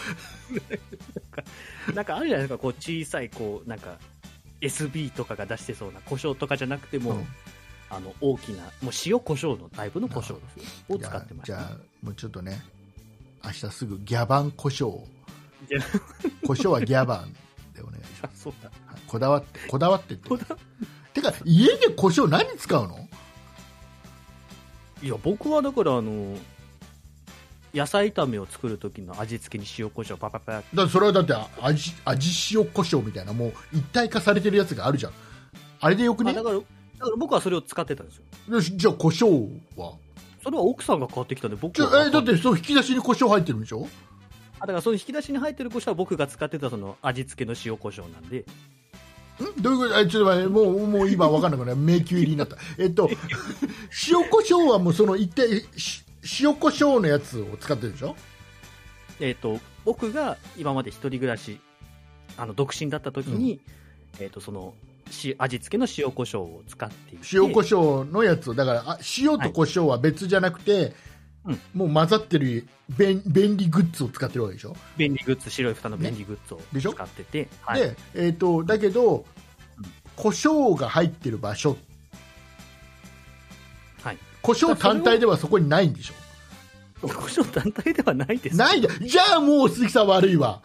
[SPEAKER 3] なんかあるじゃないですか、こう小さい、こう、なんか、SB とかが出してそうな胡椒とかじゃなくても、
[SPEAKER 2] うん
[SPEAKER 3] あの、大きな、もう塩胡椒のタイプの胡椒ですよ。を
[SPEAKER 2] じゃ
[SPEAKER 3] 使
[SPEAKER 2] あ
[SPEAKER 3] ってまし
[SPEAKER 2] じ
[SPEAKER 3] た、
[SPEAKER 2] ゃあ、もうちょっとね、明日すぐギャバン胡椒を。
[SPEAKER 3] じゃあ、
[SPEAKER 2] 胡椒はギャバンでお願いします。
[SPEAKER 3] そうだ。
[SPEAKER 2] はいこだわって、こだわってって
[SPEAKER 3] こ。だ
[SPEAKER 2] てか、家で胡椒何使うの
[SPEAKER 3] いや、僕はだから、あの、野菜炒めを作る時の味付けに塩胡椒パパパ
[SPEAKER 2] だそれはだって味、味塩胡椒みたいな、もう一体化されてるやつがあるじゃん。あれでよく
[SPEAKER 3] あ
[SPEAKER 2] ね
[SPEAKER 3] だから、だから僕はそれを使ってたんですよ。
[SPEAKER 2] よしじゃあ胡椒は
[SPEAKER 3] それは奥さんが買ってきたんで、僕
[SPEAKER 2] ちょ
[SPEAKER 3] は分かんない。
[SPEAKER 2] えだってその引き出しに胡椒入ってるんでしょ
[SPEAKER 3] あだからその引き出しに入ってる胡椒は僕が使ってたその味付けの塩胡椒なんで、
[SPEAKER 2] んどういうことえちょっと待って、もう、もう今わかんなくなる。迷宮入りにな った。えっと、塩胡椒はもうその一体、し塩胡椒のやつを使ってるでしょ
[SPEAKER 3] えっ、と、僕が今まで一人暮らし、あの、独身だった時に、えっ、と、その、し味付けの塩胡椒を使っていて。
[SPEAKER 2] 塩胡椒のやつをだからあ塩と胡椒は別じゃなくて、
[SPEAKER 3] うん
[SPEAKER 2] もう混ざってる便便利グッズを使ってるわけでしょ、
[SPEAKER 3] 便利グッズ、白い蓋の便利グッズを
[SPEAKER 2] でしょ
[SPEAKER 3] 使ってて、はい、
[SPEAKER 2] でえー、とだけど胡椒が入ってる場所
[SPEAKER 3] はい。
[SPEAKER 2] 胡椒単体ではそこにないんでしょ
[SPEAKER 3] 故障団体ではないです。
[SPEAKER 2] ないじゃんじゃあもう鈴木さん悪いわ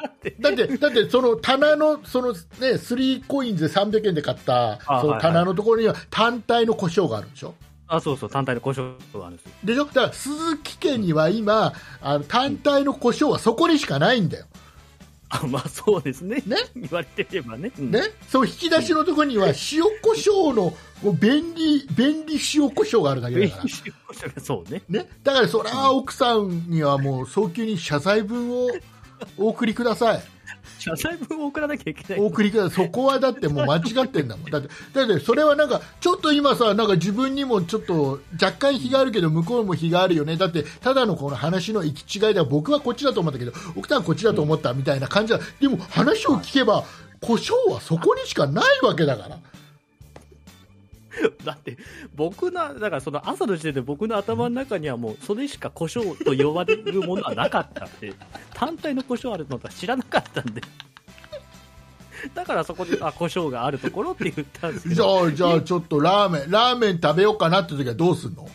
[SPEAKER 2] だってだってその棚のそのね 3COINS で300円で買った
[SPEAKER 3] あ
[SPEAKER 2] その
[SPEAKER 3] はいはい
[SPEAKER 2] 棚のところには単体の胡椒があるんでしょ
[SPEAKER 3] あ、そうそう、単体の故障があるんですよ。
[SPEAKER 2] でしょだから鈴木家には今あの単体の胡椒はそこにしかないんだよ
[SPEAKER 3] あ、まあそうですね。
[SPEAKER 2] ね
[SPEAKER 3] 言われてればね。うん
[SPEAKER 2] ね、その引き出しのところには塩コショウのこう便利便利塩コショウがあるだけだ から、
[SPEAKER 3] そうね。
[SPEAKER 2] ね、だからそら奥さんにはもう早急に謝罪文をお送りください
[SPEAKER 3] 謝罪文を送らなきゃいけない。
[SPEAKER 2] お送りくださいそこはだってもう間違ってんだ もんだってだってそれはなんかちょっと今さなんか自分にもちょっと若干日があるけど向こうも日があるよねだってただのこの話の行き違いでは僕はこっちだと思ったけど奥さんはこっちだと思ったみたいな感じだでも話を聞けば胡椒はそこにしかないわけだから。
[SPEAKER 3] だって、僕の、だからその朝の時点で僕の頭の中にはもう、それしか故障と呼ばれるものはなかっ たって、単体の故障あるのとは知らなかったんで。 だからそこで、あ、故障があるところって言ったんですけ
[SPEAKER 2] じ
[SPEAKER 3] ど、
[SPEAKER 2] ゃあ、じゃあ、ちょっとラーメン、ラーメン食べようかなって時はどうすんの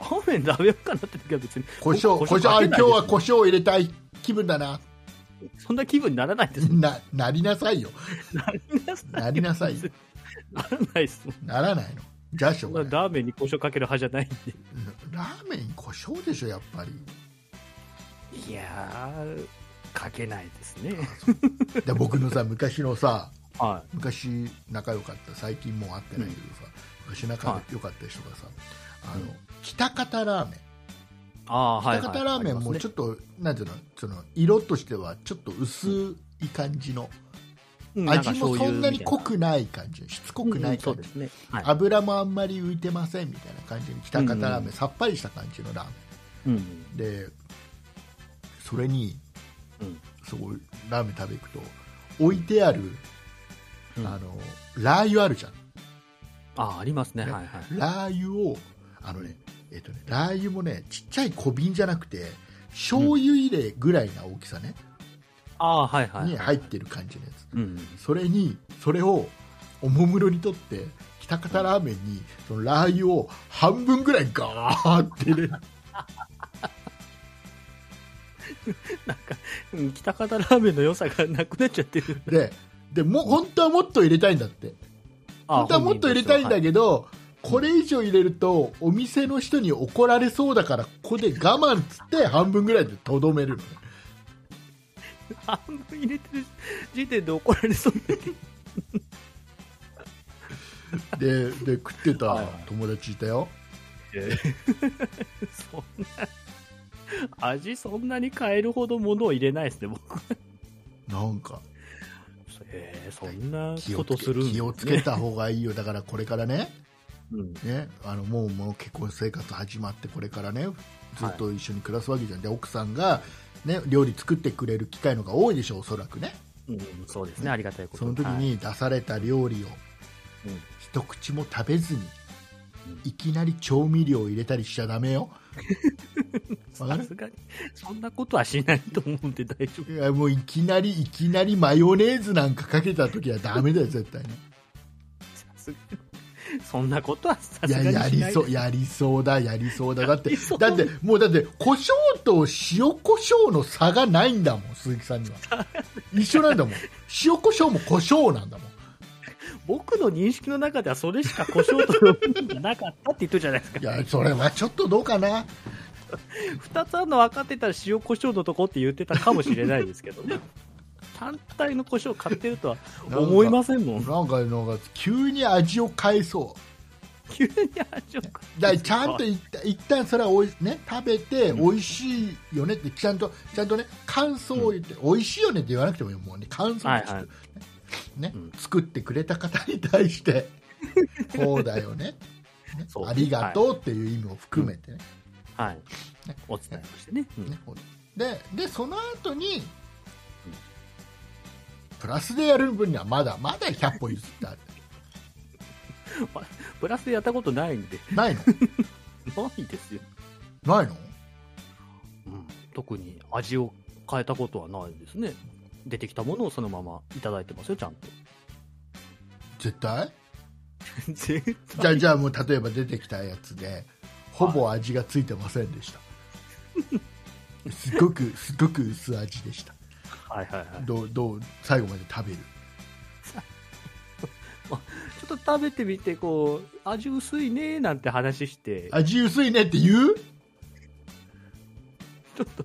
[SPEAKER 3] ラーメン食べようかなって時は別に、
[SPEAKER 2] 胡椒、
[SPEAKER 3] 僕
[SPEAKER 2] 胡椒、あ、
[SPEAKER 3] かけ
[SPEAKER 2] 今
[SPEAKER 3] ない
[SPEAKER 2] 日
[SPEAKER 3] です
[SPEAKER 2] は胡椒を入れたい気分だな。
[SPEAKER 3] そんな気分にならないです。
[SPEAKER 2] な、なりなさいよ。
[SPEAKER 3] なりなさい。
[SPEAKER 2] なりなさい よ。
[SPEAKER 3] ならないですもん。
[SPEAKER 2] ならないの。じゃあしょうがない。
[SPEAKER 3] ラーメンに故障かける派じゃないんで。
[SPEAKER 2] ラーメンに胡椒でしょ、やっぱり。
[SPEAKER 3] いやー、かけないですね。
[SPEAKER 2] で、僕のさ、昔のさ、
[SPEAKER 3] は
[SPEAKER 2] 昔仲良かった、最近もう会ってないけどさ、昔仲良かった人がさ、あの、北方ラーメン。
[SPEAKER 3] い。あーはい、はい。
[SPEAKER 2] 北方ラーメンもち
[SPEAKER 3] ょっ
[SPEAKER 2] ょっと、なんていうの、その、色としてはちょっと薄い感じの。
[SPEAKER 3] と
[SPEAKER 2] 味もそんなに濃
[SPEAKER 3] く
[SPEAKER 2] くない感じしつこくない
[SPEAKER 3] そう
[SPEAKER 2] 感
[SPEAKER 3] で
[SPEAKER 2] じ、
[SPEAKER 3] すね。はい。
[SPEAKER 2] 油もあんまり浮いてませんみたいな感じに北方ラーメン、
[SPEAKER 3] うんうん
[SPEAKER 2] さっぱりした感じのラーメ
[SPEAKER 3] うん
[SPEAKER 2] ンでそれに
[SPEAKER 3] うん
[SPEAKER 2] そこラーメン食べ行くと置いてある、
[SPEAKER 3] うん
[SPEAKER 2] あのラー油あるじゃん
[SPEAKER 3] あありますね
[SPEAKER 2] ね
[SPEAKER 3] はいはい
[SPEAKER 2] ラー油をあのねえっとねラー油もねちっちゃい小瓶じゃなくて醤油入れぐらいな大きさね、
[SPEAKER 3] ああはいはい
[SPEAKER 2] に入ってる感じのやつ
[SPEAKER 3] うん
[SPEAKER 2] それにそれをおもむろにとって北方ラーメンにそのラー油を半分ぐらいガーってね
[SPEAKER 3] うん北方ラーメンの良さがなくなっちゃってる
[SPEAKER 2] ででもう本当はもっと入れたいんだって
[SPEAKER 3] あ
[SPEAKER 2] 本当はもっと入れたいんだ
[SPEAKER 3] ど
[SPEAKER 2] けど、これ以上入れるとお店の人に怒られそうだからここで我慢っつって半分ぐらいでとどめるのね
[SPEAKER 3] 半分入れてる時点で怒られそうで
[SPEAKER 2] でで食って
[SPEAKER 3] はい
[SPEAKER 2] た
[SPEAKER 3] はい
[SPEAKER 2] 友達いたよ
[SPEAKER 3] そんな味そんなに変えるほどものを入れないですね僕
[SPEAKER 2] なんか
[SPEAKER 3] えー、そんな
[SPEAKER 2] 気
[SPEAKER 3] こ
[SPEAKER 2] を
[SPEAKER 3] と
[SPEAKER 2] つ
[SPEAKER 3] す
[SPEAKER 2] け
[SPEAKER 3] るんですね
[SPEAKER 2] 気をつけた方がいいよだからこれからね
[SPEAKER 3] うん
[SPEAKER 2] ね、あのもうもう結婚生活始まってこれからねずっと一緒に暮らすわけじゃん、で奥さんが、ね、料理作ってくれる機会の方が多いでしょうおそらくね
[SPEAKER 3] うんそうですねありがたいこと
[SPEAKER 2] その時
[SPEAKER 3] はい
[SPEAKER 2] に出された料理を
[SPEAKER 3] うん
[SPEAKER 2] 一口も食べずに、いきなり調味料を入れたりしちゃダメよわか
[SPEAKER 3] さ
[SPEAKER 2] る
[SPEAKER 3] すがにそんなことはしないと思うんで大丈夫
[SPEAKER 2] いやもういきなりいきなりマヨネーズなんかかけた時はダメだよ絶対ね
[SPEAKER 3] さすがにそんなことはさ
[SPEAKER 2] い
[SPEAKER 3] す
[SPEAKER 2] や
[SPEAKER 3] がにしな
[SPEAKER 2] や
[SPEAKER 3] い
[SPEAKER 2] りそうやりそうだやりそうだだって
[SPEAKER 3] やりそう
[SPEAKER 2] だってもうだって胡椒と塩胡椒の差がないんだもん鈴木さんには 一緒なんだもん塩胡椒も胡椒なんだもん
[SPEAKER 3] 僕の認識の中ではそれしか故障と呼ぶんじゃなかったって言ってるじゃないですか
[SPEAKER 2] い やそれはちょっとどうかな
[SPEAKER 3] 2つあるの分かってたら塩コショウのとこって言ってたかもしれないですけどね単体のコショウ買ってるとは思いませんもん
[SPEAKER 2] なんかなんか急に味を変えそ
[SPEAKER 3] 急に味を変
[SPEAKER 2] うだからちゃんと
[SPEAKER 3] え
[SPEAKER 2] いった一旦それはおい、ね、食べて美味しいよねってちゃんとちゃんとね感想を言って、美味しいよねって言わなくてもいいもうね感想を
[SPEAKER 3] はい
[SPEAKER 2] ちょっと
[SPEAKER 3] はい
[SPEAKER 2] ね
[SPEAKER 3] うん
[SPEAKER 2] 作ってくれた方に対して こうだよねね
[SPEAKER 3] そう
[SPEAKER 2] ありがとうっていう意味も含めてね,、
[SPEAKER 3] はい
[SPEAKER 2] ね
[SPEAKER 3] お伝えをしてね、うん
[SPEAKER 2] ねででその後にプラスでやる分にはまだまだ100歩譲ってある
[SPEAKER 3] プラスでやったことないんで
[SPEAKER 2] ないの
[SPEAKER 3] ないですよ
[SPEAKER 2] ないの
[SPEAKER 3] うん、特に味を変えたことはないですね出てきたものをそのままいただいてますよちゃん と
[SPEAKER 2] 絶対
[SPEAKER 3] 絶対
[SPEAKER 2] じゃあじゃあもう例えば出てきたやつでほぼ味がついてませんでした、すごくすごく薄味でした
[SPEAKER 3] はいはいはい
[SPEAKER 2] どうどう最後まで食べる
[SPEAKER 3] ちょっと食べてみてこう味薄いねなんて話して
[SPEAKER 2] 味薄いねって言う
[SPEAKER 3] ちょっと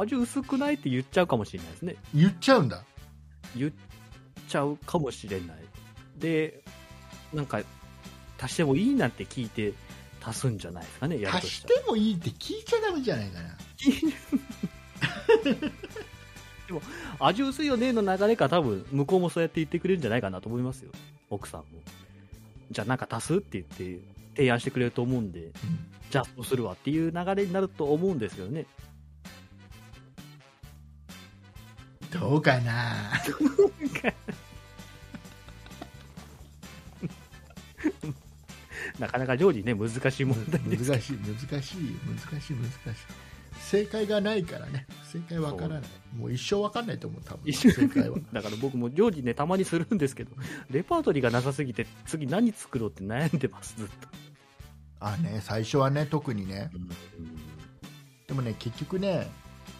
[SPEAKER 3] 味薄くないって言っちゃうかもしれないですね
[SPEAKER 2] 言っちゃうんだ
[SPEAKER 3] 言っちゃうかもしれないでなんか足してもいいなんて聞いて足すんじゃないですかねやると
[SPEAKER 2] 足
[SPEAKER 3] し
[SPEAKER 2] した
[SPEAKER 3] ら
[SPEAKER 2] てもいいって聞いちゃダメじゃないかな
[SPEAKER 3] 味薄いよねの流れから多分向こうもそうやって言ってくれるんじゃないかなと思いますよ奥さんもじゃあなんか足すって言って提案してくれると思うんでじゃあそうするわっていう流れになると思うんですよね
[SPEAKER 2] どうかな
[SPEAKER 3] なかなか料理ね難しい問題で
[SPEAKER 2] 難しい難しい難しい難しい正解がないからね正解わからないもう一生わかんないと思う多分
[SPEAKER 3] 一
[SPEAKER 2] 正
[SPEAKER 3] 瞬
[SPEAKER 2] 解は
[SPEAKER 3] だから僕も料理ねたまにするんですけどレパートリーがなさすぎて次何作ろうって悩んでますずっと、
[SPEAKER 2] あね最初はね特にね
[SPEAKER 3] うん
[SPEAKER 2] でもね結局ね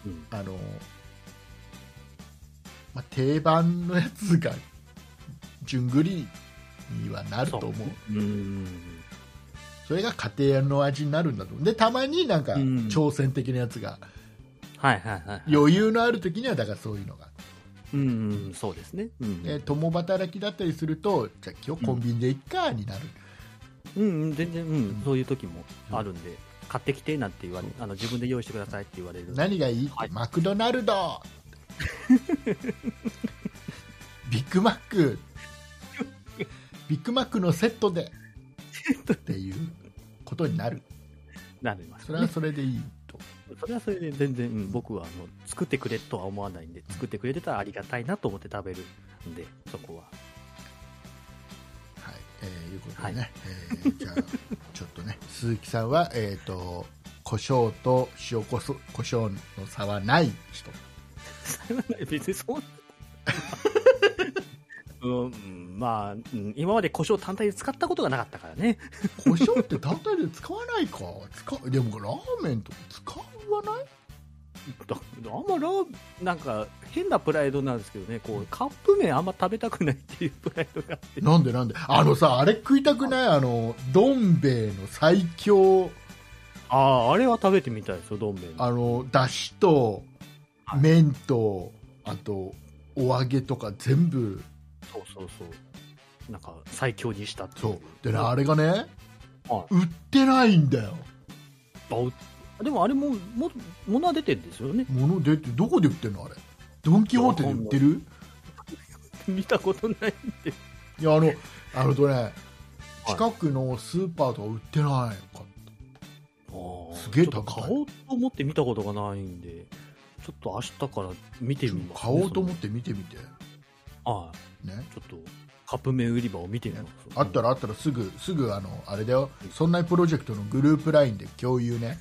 [SPEAKER 3] うん
[SPEAKER 2] あの、まあ、定番のやつが順繰りにはなると思うそれが家庭の味になるんだと思うでたまになんか
[SPEAKER 3] うん
[SPEAKER 2] 挑戦的なやつが、
[SPEAKER 3] はいはいはい、
[SPEAKER 2] 余裕のある時にはだからそういうのが
[SPEAKER 3] うんうん、そうですね、うん
[SPEAKER 2] で共働きだったりするとじゃあ今日コンビニでいっかになる、
[SPEAKER 3] うんうん、全然、うん、そういう時もあるんで、買ってきてなんて言われあの自分で用意してくださいって言われる
[SPEAKER 2] 何がいいって、
[SPEAKER 3] はい
[SPEAKER 2] マクドナル ドビッグマックビッグマックのセットでっていうことになる
[SPEAKER 3] なります
[SPEAKER 2] それはそれでいいと、
[SPEAKER 3] それはそれで全然、うん、僕はあの作ってくれとは思わないんで作ってくれてたらありがたいなと思って食べるんでそこは
[SPEAKER 2] はいえーいうことでね、えーじゃあちょっとね 鈴木さんはえっ、と胡椒と塩こそ胡椒の差はない人
[SPEAKER 3] 別にそんなうんうん、まあ、うん今まで胡椒単体で使ったことがなかったからね
[SPEAKER 2] 胡椒って単体で使わないか使うでもラーメンとか使わない
[SPEAKER 3] だあんまラーなんか変なプライドなんですけどねこうカップ麺あんま食べたくないっていうプライドがあって
[SPEAKER 2] なんでなんであのさあれ食いたくないあのどん兵衛の最強
[SPEAKER 3] あ ああれは食べてみたいですよどん兵衛の
[SPEAKER 2] あのだしと
[SPEAKER 3] はい
[SPEAKER 2] 麺とあとお揚げとか全部
[SPEAKER 3] そうそうそうなんか最強にしたってい
[SPEAKER 2] そうでね
[SPEAKER 3] ん
[SPEAKER 2] あれがね
[SPEAKER 3] は
[SPEAKER 2] 売ってないんだよ
[SPEAKER 3] バウでもあれもも物は出てるんですよね
[SPEAKER 2] 物出てどこで売ってるのあれドン・キホーテで売ってる
[SPEAKER 3] 見たことないんで
[SPEAKER 2] いやあのあのとね近くのスーパーとか売ってないかすげえ
[SPEAKER 3] ちょっと
[SPEAKER 2] 高い
[SPEAKER 3] 買おうと思って見たことがないんでちょっと明日から見てみます、
[SPEAKER 2] 買おうと思っ
[SPEAKER 3] って
[SPEAKER 2] 見てみて
[SPEAKER 3] はい
[SPEAKER 2] ね
[SPEAKER 3] ちょっとカップ麺売り場を見てみます
[SPEAKER 2] あったらあったらすぐすぐあのあれだよそんなプロジェクトのグループラインで共有 ね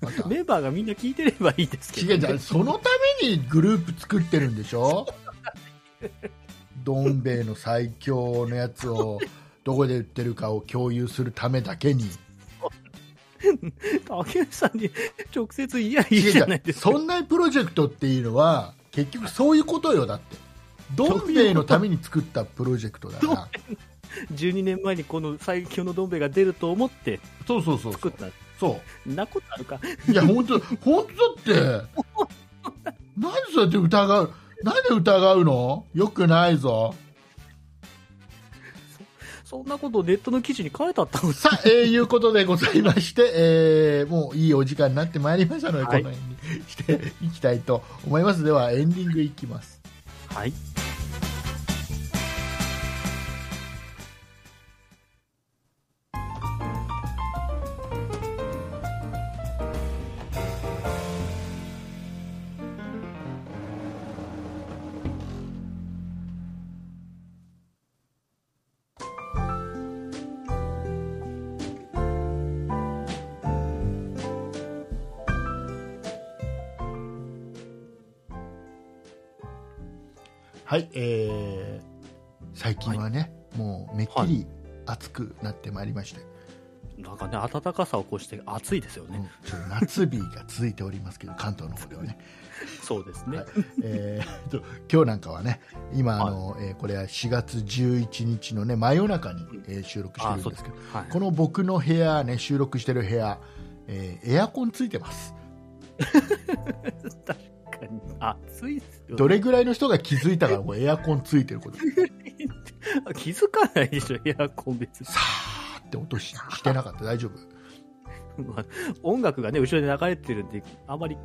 [SPEAKER 2] また
[SPEAKER 3] メンバーがみんな聞いてればいいですけ
[SPEAKER 2] 違
[SPEAKER 3] ど、
[SPEAKER 2] うじゃんそのためにグループ作ってるんでしょどん兵衛の最強のやつをどこで売ってるかを共有するためだけに
[SPEAKER 3] 竹内さんに直接言やいい
[SPEAKER 2] 違う
[SPEAKER 3] じゃない
[SPEAKER 2] 違う
[SPEAKER 3] ですか
[SPEAKER 2] そんなプロジェクトっていうのは結局そういうことよだってどん兵衛のために作ったプロジェクトだから
[SPEAKER 3] 12年前にこの最強のどん兵衛が出ると思って
[SPEAKER 2] そうそうそうそ
[SPEAKER 3] 作っ
[SPEAKER 2] う
[SPEAKER 3] た
[SPEAKER 2] そう
[SPEAKER 3] なことあるか
[SPEAKER 2] いや本当本当だってなんでそうやって疑うなんで疑うのよくないぞ
[SPEAKER 3] そんなことネットの記事に書いてあったの
[SPEAKER 2] さあ、えーいうことでございまして、えーもういいお時間になってまいりましたので、
[SPEAKER 3] はい
[SPEAKER 2] この辺にしていきたいと思いますではエンディングいきます
[SPEAKER 3] はい
[SPEAKER 2] はい、えー最近はね、もうめっきり暑くなってまいりまして、
[SPEAKER 3] なんかね、暖かさを越して暑いですよ
[SPEAKER 2] うん
[SPEAKER 3] ね。
[SPEAKER 2] ちょっと夏日が続いておりますけど、関東の方ではね。
[SPEAKER 3] そうですね。
[SPEAKER 2] はいえーと今日なんかはね、今あの、えーこれは4月11日のね真夜中に、えー収録して
[SPEAKER 3] あ、
[SPEAKER 2] るん
[SPEAKER 3] そう
[SPEAKER 2] で
[SPEAKER 3] ですす
[SPEAKER 2] け
[SPEAKER 3] け
[SPEAKER 2] ど
[SPEAKER 3] ど。、はい。
[SPEAKER 2] この僕の部屋ね収録してる部屋、えーエアコンついてます。
[SPEAKER 3] 確かに暑いですよね。
[SPEAKER 2] どれぐらいの人が気づいたかな、これエアコンついてること。
[SPEAKER 3] 気づかないでしょ、エアコン別に。
[SPEAKER 2] さーって音ししてなかった、大丈夫。
[SPEAKER 3] まあ音楽がね、後ろで流れてるんで、あまり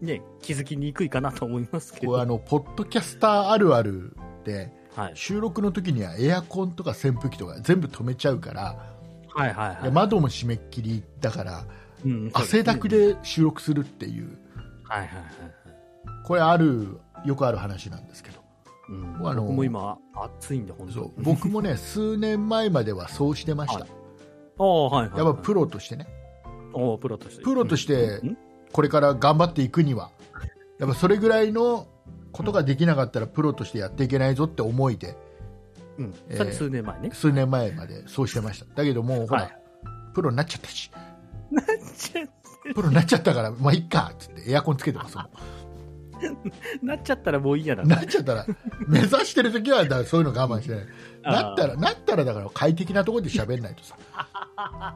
[SPEAKER 3] ね、気づきにくいかなと思いますけど。
[SPEAKER 2] これあのポッドキャスターあるあるで
[SPEAKER 3] はい。
[SPEAKER 2] 収録の時にはエアコンとか扇風機とか全部止めちゃうから、
[SPEAKER 3] はいはい
[SPEAKER 2] で
[SPEAKER 3] はい。
[SPEAKER 2] 窓も閉めっきりだから
[SPEAKER 3] うん
[SPEAKER 2] 汗だく。
[SPEAKER 3] そうすね
[SPEAKER 2] で収録するっていう。
[SPEAKER 3] はいはいはいはい。
[SPEAKER 2] これあるよくある話なんですけど
[SPEAKER 3] うん、
[SPEAKER 2] あの
[SPEAKER 3] 僕も今、暑いんで、本
[SPEAKER 2] そ
[SPEAKER 3] 当
[SPEAKER 2] う
[SPEAKER 3] に。
[SPEAKER 2] 僕も ね数年前まではそうしてました、
[SPEAKER 3] はああ、はいはい、はい。
[SPEAKER 2] やっぱプロとしてね
[SPEAKER 3] ロ。プロとして。
[SPEAKER 2] プロとして
[SPEAKER 3] うん
[SPEAKER 2] これから頑張っていくにはやっぱそれぐらいのことができなかったらプロとしてやっていけないぞって思いで
[SPEAKER 3] うん。
[SPEAKER 2] えー
[SPEAKER 3] それ数年前ね。
[SPEAKER 2] 数年前までそうしてましただけどもうほら、
[SPEAKER 3] はい
[SPEAKER 2] プロになっちゃったし
[SPEAKER 3] ち
[SPEAKER 2] プロになっちゃったからまあいっかっつってエアコンつけてますも
[SPEAKER 3] なっちゃったらもういいやな。
[SPEAKER 2] ん なっちゃったら目指してる時はだからそういうの我慢してないなったら、なったらだから快適なところで喋んないとさ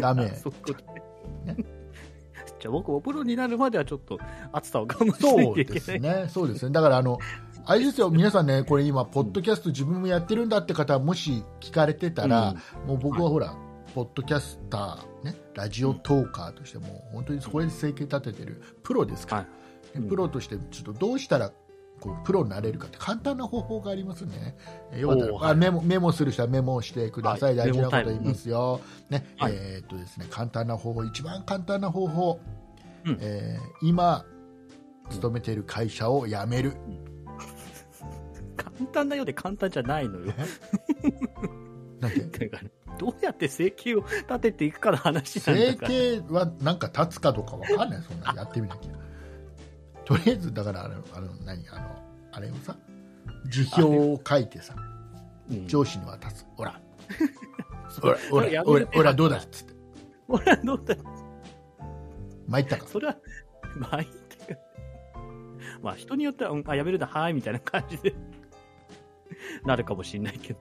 [SPEAKER 2] ダ
[SPEAKER 3] あ
[SPEAKER 2] メ
[SPEAKER 3] ー、 そこで
[SPEAKER 2] ね
[SPEAKER 3] じゃあ僕もプロになるまではちょっと暑さを我慢しな
[SPEAKER 2] そ
[SPEAKER 3] いうと
[SPEAKER 2] で
[SPEAKER 3] いけな
[SPEAKER 2] す
[SPEAKER 3] い。
[SPEAKER 2] ね、そうですね、だからあの、あれですよ、皆さんね、これ今、ポッドキャスト自分もやってるんだって方、もし聞かれてたら、もう僕はほら、ポッドキャスター、ね、ラジオトーカーとして、もう本当にそこで生計立ててるプロですから、
[SPEAKER 3] は
[SPEAKER 2] ねプロとして、ちょっとどうしたらこうプロになれるかって、簡単な方法がありますんでね、えよかったら、
[SPEAKER 3] おー
[SPEAKER 2] あ
[SPEAKER 3] はい
[SPEAKER 2] メモメモする人はメモをしてください、
[SPEAKER 3] はい
[SPEAKER 2] 大事なこと
[SPEAKER 3] メモタイム
[SPEAKER 2] 言いますよ、ね
[SPEAKER 3] はい
[SPEAKER 2] えーっとですね、簡単な方法、一番簡単な方法、
[SPEAKER 3] うん
[SPEAKER 2] えー今、勤めている会社を辞める、
[SPEAKER 3] 簡単なようで簡単じゃないのよ。
[SPEAKER 2] なんて
[SPEAKER 3] だから、どうやって生計を立てていくかの話なん
[SPEAKER 2] 整
[SPEAKER 3] だから。
[SPEAKER 2] 形はなんか立つかどうかわかんないそんなやってみなきゃとりあえずだからあのあの何あのあれをさ辞表を書いてさ
[SPEAKER 3] うん
[SPEAKER 2] 上司に渡すほら ほらほ
[SPEAKER 3] それや
[SPEAKER 2] ら
[SPEAKER 3] める
[SPEAKER 2] ほら
[SPEAKER 3] 手
[SPEAKER 2] ほらど
[SPEAKER 3] 段
[SPEAKER 2] うだっつって
[SPEAKER 3] ほら、どうだ
[SPEAKER 2] 参ったか
[SPEAKER 3] それは、まあいいんだけどまあ人によっては、うん、あ、やめるな、はい、みたいな感じで、なるかもしれないけど。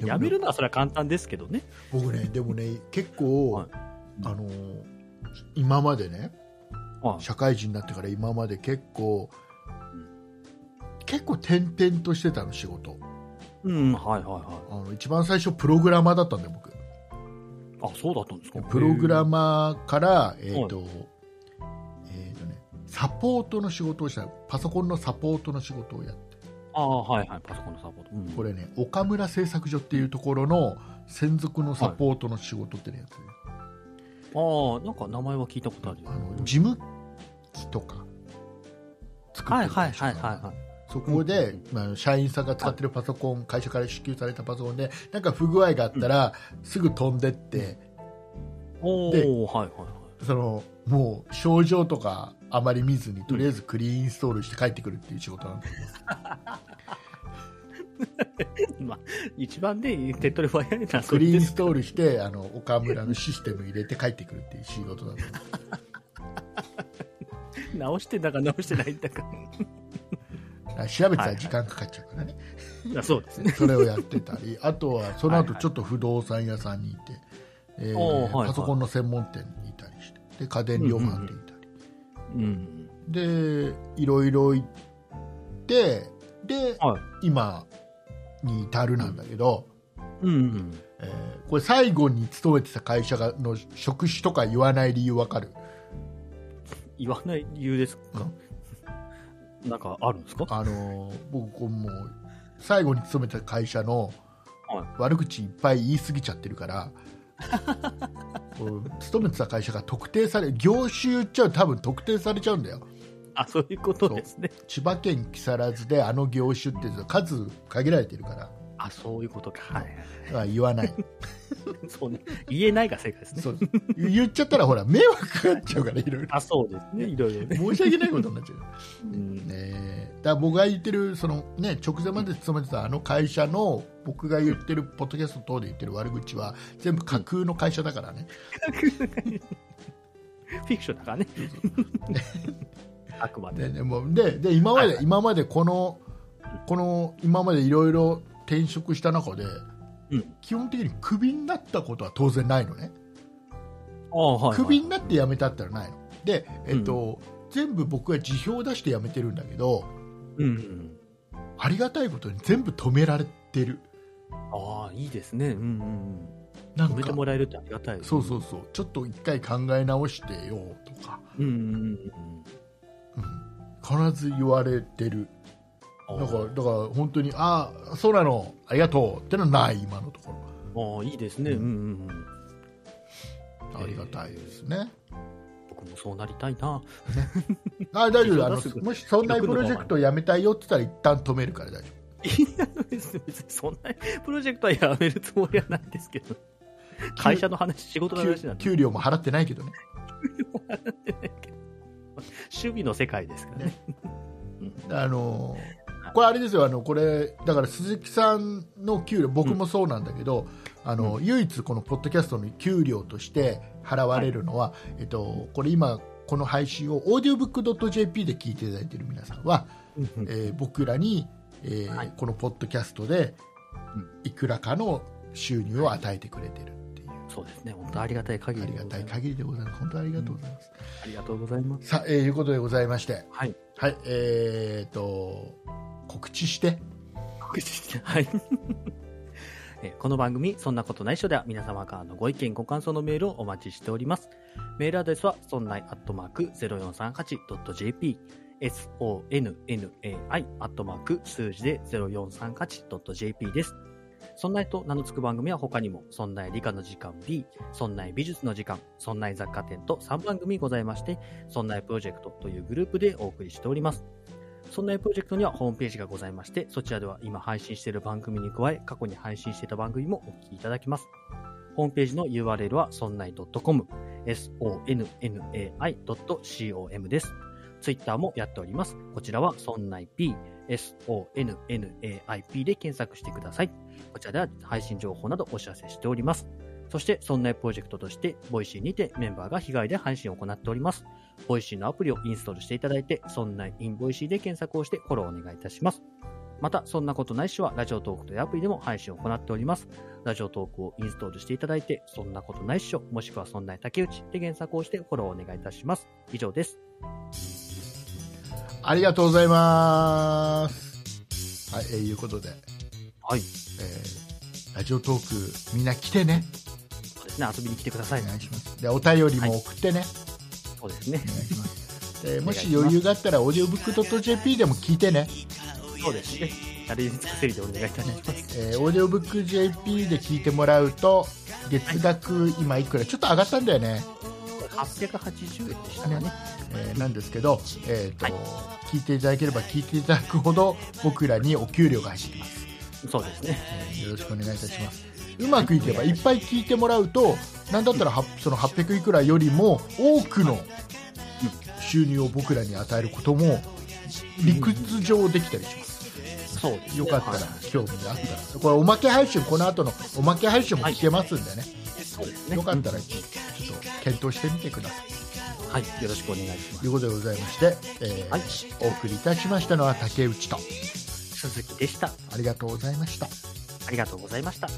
[SPEAKER 2] で
[SPEAKER 3] や
[SPEAKER 2] も
[SPEAKER 3] やめるのはそれは簡単ですけどね。
[SPEAKER 2] 僕ねでもね結構、
[SPEAKER 3] はい
[SPEAKER 2] あの今までね
[SPEAKER 3] あ
[SPEAKER 2] 社会人になってから今まで結構
[SPEAKER 3] ん
[SPEAKER 2] 結構転々としてたの仕事
[SPEAKER 3] うん、はいはいは
[SPEAKER 2] あの一番最初プログラマーだったんだよ僕
[SPEAKER 3] い。あ、そうだったんですか。
[SPEAKER 2] プログラ
[SPEAKER 3] ム。
[SPEAKER 2] マーから、えーとえーとね、サポートの仕事をしたパソコンのサポートの仕事をやって
[SPEAKER 3] ああ、はいはい、パソコンのサポート。うん、
[SPEAKER 2] これね岡村製作所っていうところの専属のサポートの仕事ってねやつで、
[SPEAKER 3] ああ、なんか名前は聞いたことあるよ。
[SPEAKER 2] あの事務機とか作っ
[SPEAKER 3] は
[SPEAKER 2] て
[SPEAKER 3] い
[SPEAKER 2] る
[SPEAKER 3] は
[SPEAKER 2] 会
[SPEAKER 3] いはい
[SPEAKER 2] 社
[SPEAKER 3] はい
[SPEAKER 2] か
[SPEAKER 3] は。
[SPEAKER 2] ないそこで
[SPEAKER 3] うん、
[SPEAKER 2] まあ、社員さんが使ってるパソコン会社から支給されたパソコンでなんか不具合があったら、すぐ飛んでって
[SPEAKER 3] お
[SPEAKER 2] で
[SPEAKER 3] おはいはいはい。
[SPEAKER 2] そのもう症状とかあまり見ずにとりあえずクリーンインストールして帰ってくるっていう仕事なんです
[SPEAKER 3] まあ、一番ね、手っ取り早いな、そ
[SPEAKER 2] ク
[SPEAKER 3] れ
[SPEAKER 2] リーンイ
[SPEAKER 3] で
[SPEAKER 2] ン
[SPEAKER 3] す
[SPEAKER 2] ストールしてあの岡村のシステム入れて帰ってくるっていう仕事なんです
[SPEAKER 3] 直してんだか直してないんだか。
[SPEAKER 2] あ調べてた
[SPEAKER 3] は
[SPEAKER 2] ら
[SPEAKER 3] いはい
[SPEAKER 2] 時間かかっちゃうからね、
[SPEAKER 3] い やそうですね。
[SPEAKER 2] それをやってた りあとはその
[SPEAKER 3] はい
[SPEAKER 2] 後
[SPEAKER 3] はい
[SPEAKER 2] ちょっと不動産屋さんにいて、えー
[SPEAKER 3] おーはいはい
[SPEAKER 2] パソコンの専門店にいたりしてで家電量販店にいたり、
[SPEAKER 3] うん。
[SPEAKER 2] でいろいろ行ってで、
[SPEAKER 3] はい
[SPEAKER 2] 今に至るなんだけど、
[SPEAKER 3] うんうん。
[SPEAKER 2] えーこれ最後に勤めてた会社がの職種とか言わない理由わかる
[SPEAKER 3] 言わない理由ですか、なんかあるんですか
[SPEAKER 2] あのー僕こうもう最後に勤めた会社の
[SPEAKER 3] はい
[SPEAKER 2] 悪口いっぱい言い過ぎちゃってるから、 こう勤めてた会社が特定され業種言っちゃうと多分特定されちゃうんだよ
[SPEAKER 3] あ、そういうことですね。
[SPEAKER 2] 千葉県木更津であの業種って数限られてるから
[SPEAKER 3] あ、そういうことか。はいはいはい
[SPEAKER 2] あ言わ ない。
[SPEAKER 3] そうね。言えないが正解ですね。
[SPEAKER 2] そう言っちゃったらほら、迷惑かかっちゃうから、いろいろ。
[SPEAKER 3] あ、そうですね。いろいろね。
[SPEAKER 2] 申し訳ないことになっちゃう。
[SPEAKER 3] うん
[SPEAKER 2] えーだから僕が言ってるその、ね、直前まで勤めてたあの会社の僕が言ってるポッドキャスト等で言ってる悪口は全部架空の会社だからね、
[SPEAKER 3] フィクションだからね。あくまで。
[SPEAKER 2] ででもでで今まで、
[SPEAKER 3] はいは
[SPEAKER 2] 今までこのこの今までいろいろ転職した中で、
[SPEAKER 3] うん
[SPEAKER 2] 基本的にクビになったことは当然ないのね、
[SPEAKER 3] ああ、はいはい。
[SPEAKER 2] クビになって辞めたったらないので、えっと全部僕が辞表を出して辞めてるんだけど
[SPEAKER 3] うんうん。
[SPEAKER 2] ありがたいことに全部止められてる
[SPEAKER 3] ああ、いいですね。うんうん
[SPEAKER 2] な
[SPEAKER 3] うん。
[SPEAKER 2] ん
[SPEAKER 3] 止めて
[SPEAKER 2] か
[SPEAKER 3] もらえるってありがたい。
[SPEAKER 2] そうそうそうちょっと一回考え直してよとか、
[SPEAKER 3] うん。うんうんうん。
[SPEAKER 2] うん、必ず言われてる
[SPEAKER 3] あ
[SPEAKER 2] だ
[SPEAKER 3] あ
[SPEAKER 2] からだから本当にああそうなのありがとうってのはない今のとこ
[SPEAKER 3] ああ、いいですね。うんうんうん。
[SPEAKER 2] ろありがたいですね、
[SPEAKER 3] 僕もそうなりたいな。
[SPEAKER 2] あ大丈夫あ
[SPEAKER 3] す
[SPEAKER 2] の
[SPEAKER 3] ぐ
[SPEAKER 2] もしそんなプロジェクトやめたいよって言ったら一旦止めるから大丈
[SPEAKER 3] いや、別にそんなプロジェクトはやめるつもりはないんですけ ど。会社の話、仕事の
[SPEAKER 2] 夫
[SPEAKER 3] 話なん
[SPEAKER 2] 給
[SPEAKER 3] で、
[SPEAKER 2] 給料も払ってないけどね
[SPEAKER 3] 趣味の世界ですからね。
[SPEAKER 2] あのこれあれですよあのこれだから鈴木さんの給料僕もそうなんだけど、あの唯一このポッドキャストの給料として払われるのは、えっとこれ今この配信をオーディオブックドット JP で聞いていただいている皆さんは、
[SPEAKER 3] うん
[SPEAKER 2] えー僕らに、えー
[SPEAKER 3] はい
[SPEAKER 2] このポッドキャストでいくらかの収入を与えてくれてるっていう、
[SPEAKER 3] そうですね。本当ありがたい限り
[SPEAKER 2] あり
[SPEAKER 3] でご
[SPEAKER 2] が
[SPEAKER 3] ざ
[SPEAKER 2] た
[SPEAKER 3] い
[SPEAKER 2] い
[SPEAKER 3] ます。
[SPEAKER 2] 限りでございます本当にありがとうございます、
[SPEAKER 3] ありがとうございます。
[SPEAKER 2] さあ、えーいうことでございまして
[SPEAKER 3] はい。
[SPEAKER 2] はいえー、と告知して
[SPEAKER 3] 告知してはい。えーこの番組、そんなことないっしょでは皆様からのご意見、ご感想のメールをお待ちしております。メールアドレスは、そんないアットマーク 0438.jp、sonnai アットマーク数字で 0438.jp です。そんないと名の付く番組は他にも、そんない理科の時間 B、そんない美術の時間、そんない雑貨店と3番組ございまして、そんないプロジェクトというグループでお送りしております。そんなプロジェクトにはホームページがございまして、そちらでは今配信している番組に加え、過去に配信していた番組もお聞きいただけます。ホームページの URL は sonnai.com、sonnai.com です。ツイッターもやっております。こちらは sonnaip、sonnaip で検索してください。こちらでは配信情報などお知らせしております。そして、そんなプロジェクトとして、ボイシーにてメンバーが被害で配信を行っております。ボイシーのアプリをインストールしていただいて、そんなインボイシーで検索をしてフォローお願いいたします。また、そんなことないっしょは、ラジオトークというアプリでも配信を行っております。ラジオトークをインストールしていただいて、そんなことないっしょ、もしくはそんな竹内で検索をしてフォローお願いいたします。以上です。
[SPEAKER 2] ありがとうございます。はい、えーいうことで、
[SPEAKER 3] はい。
[SPEAKER 2] えーラジオトークみんな来てね、
[SPEAKER 3] そうですね、遊びに来てください
[SPEAKER 2] お。願いします。で、お便りも送ってね、
[SPEAKER 3] そうですね
[SPEAKER 2] お。願いします。でも
[SPEAKER 3] お願いし
[SPEAKER 2] し
[SPEAKER 3] ます
[SPEAKER 2] 余裕があったら、オーディオブックドット JP でも聞いてね、
[SPEAKER 3] そうですね。誰につくせりでお願いいたします。
[SPEAKER 2] えーオーディオブック JP で聞いてもらうと、月額、今いくら、ちょっと上がったんだよね、
[SPEAKER 3] 880円でしたかね。
[SPEAKER 2] えーなんですけど、えーと聞いていただければ聞いていただくほど、僕らにお給料が入ってきます。
[SPEAKER 3] そうですね。
[SPEAKER 2] よろしくお願いいたします。うまくいけばいっぱい聞いてもらうと、なんだったらはその800いくらよりも多くの収入を僕らに与えることも理屈上できたりします。
[SPEAKER 3] そうですね。
[SPEAKER 2] よかったら
[SPEAKER 3] はい、
[SPEAKER 2] 興味があったら。これおまけ配信、この後のおまけ配信も聞けますんでね。
[SPEAKER 3] そうですね。
[SPEAKER 2] よかったら、ちょっと検討してみてください。
[SPEAKER 3] はい。よろしくお願いしま
[SPEAKER 2] ということでございまして、えー
[SPEAKER 3] はい
[SPEAKER 2] お送りいたしましたのは竹内と、
[SPEAKER 3] す。鈴木でした。
[SPEAKER 2] ありがとうございました。
[SPEAKER 3] ありがとうございました。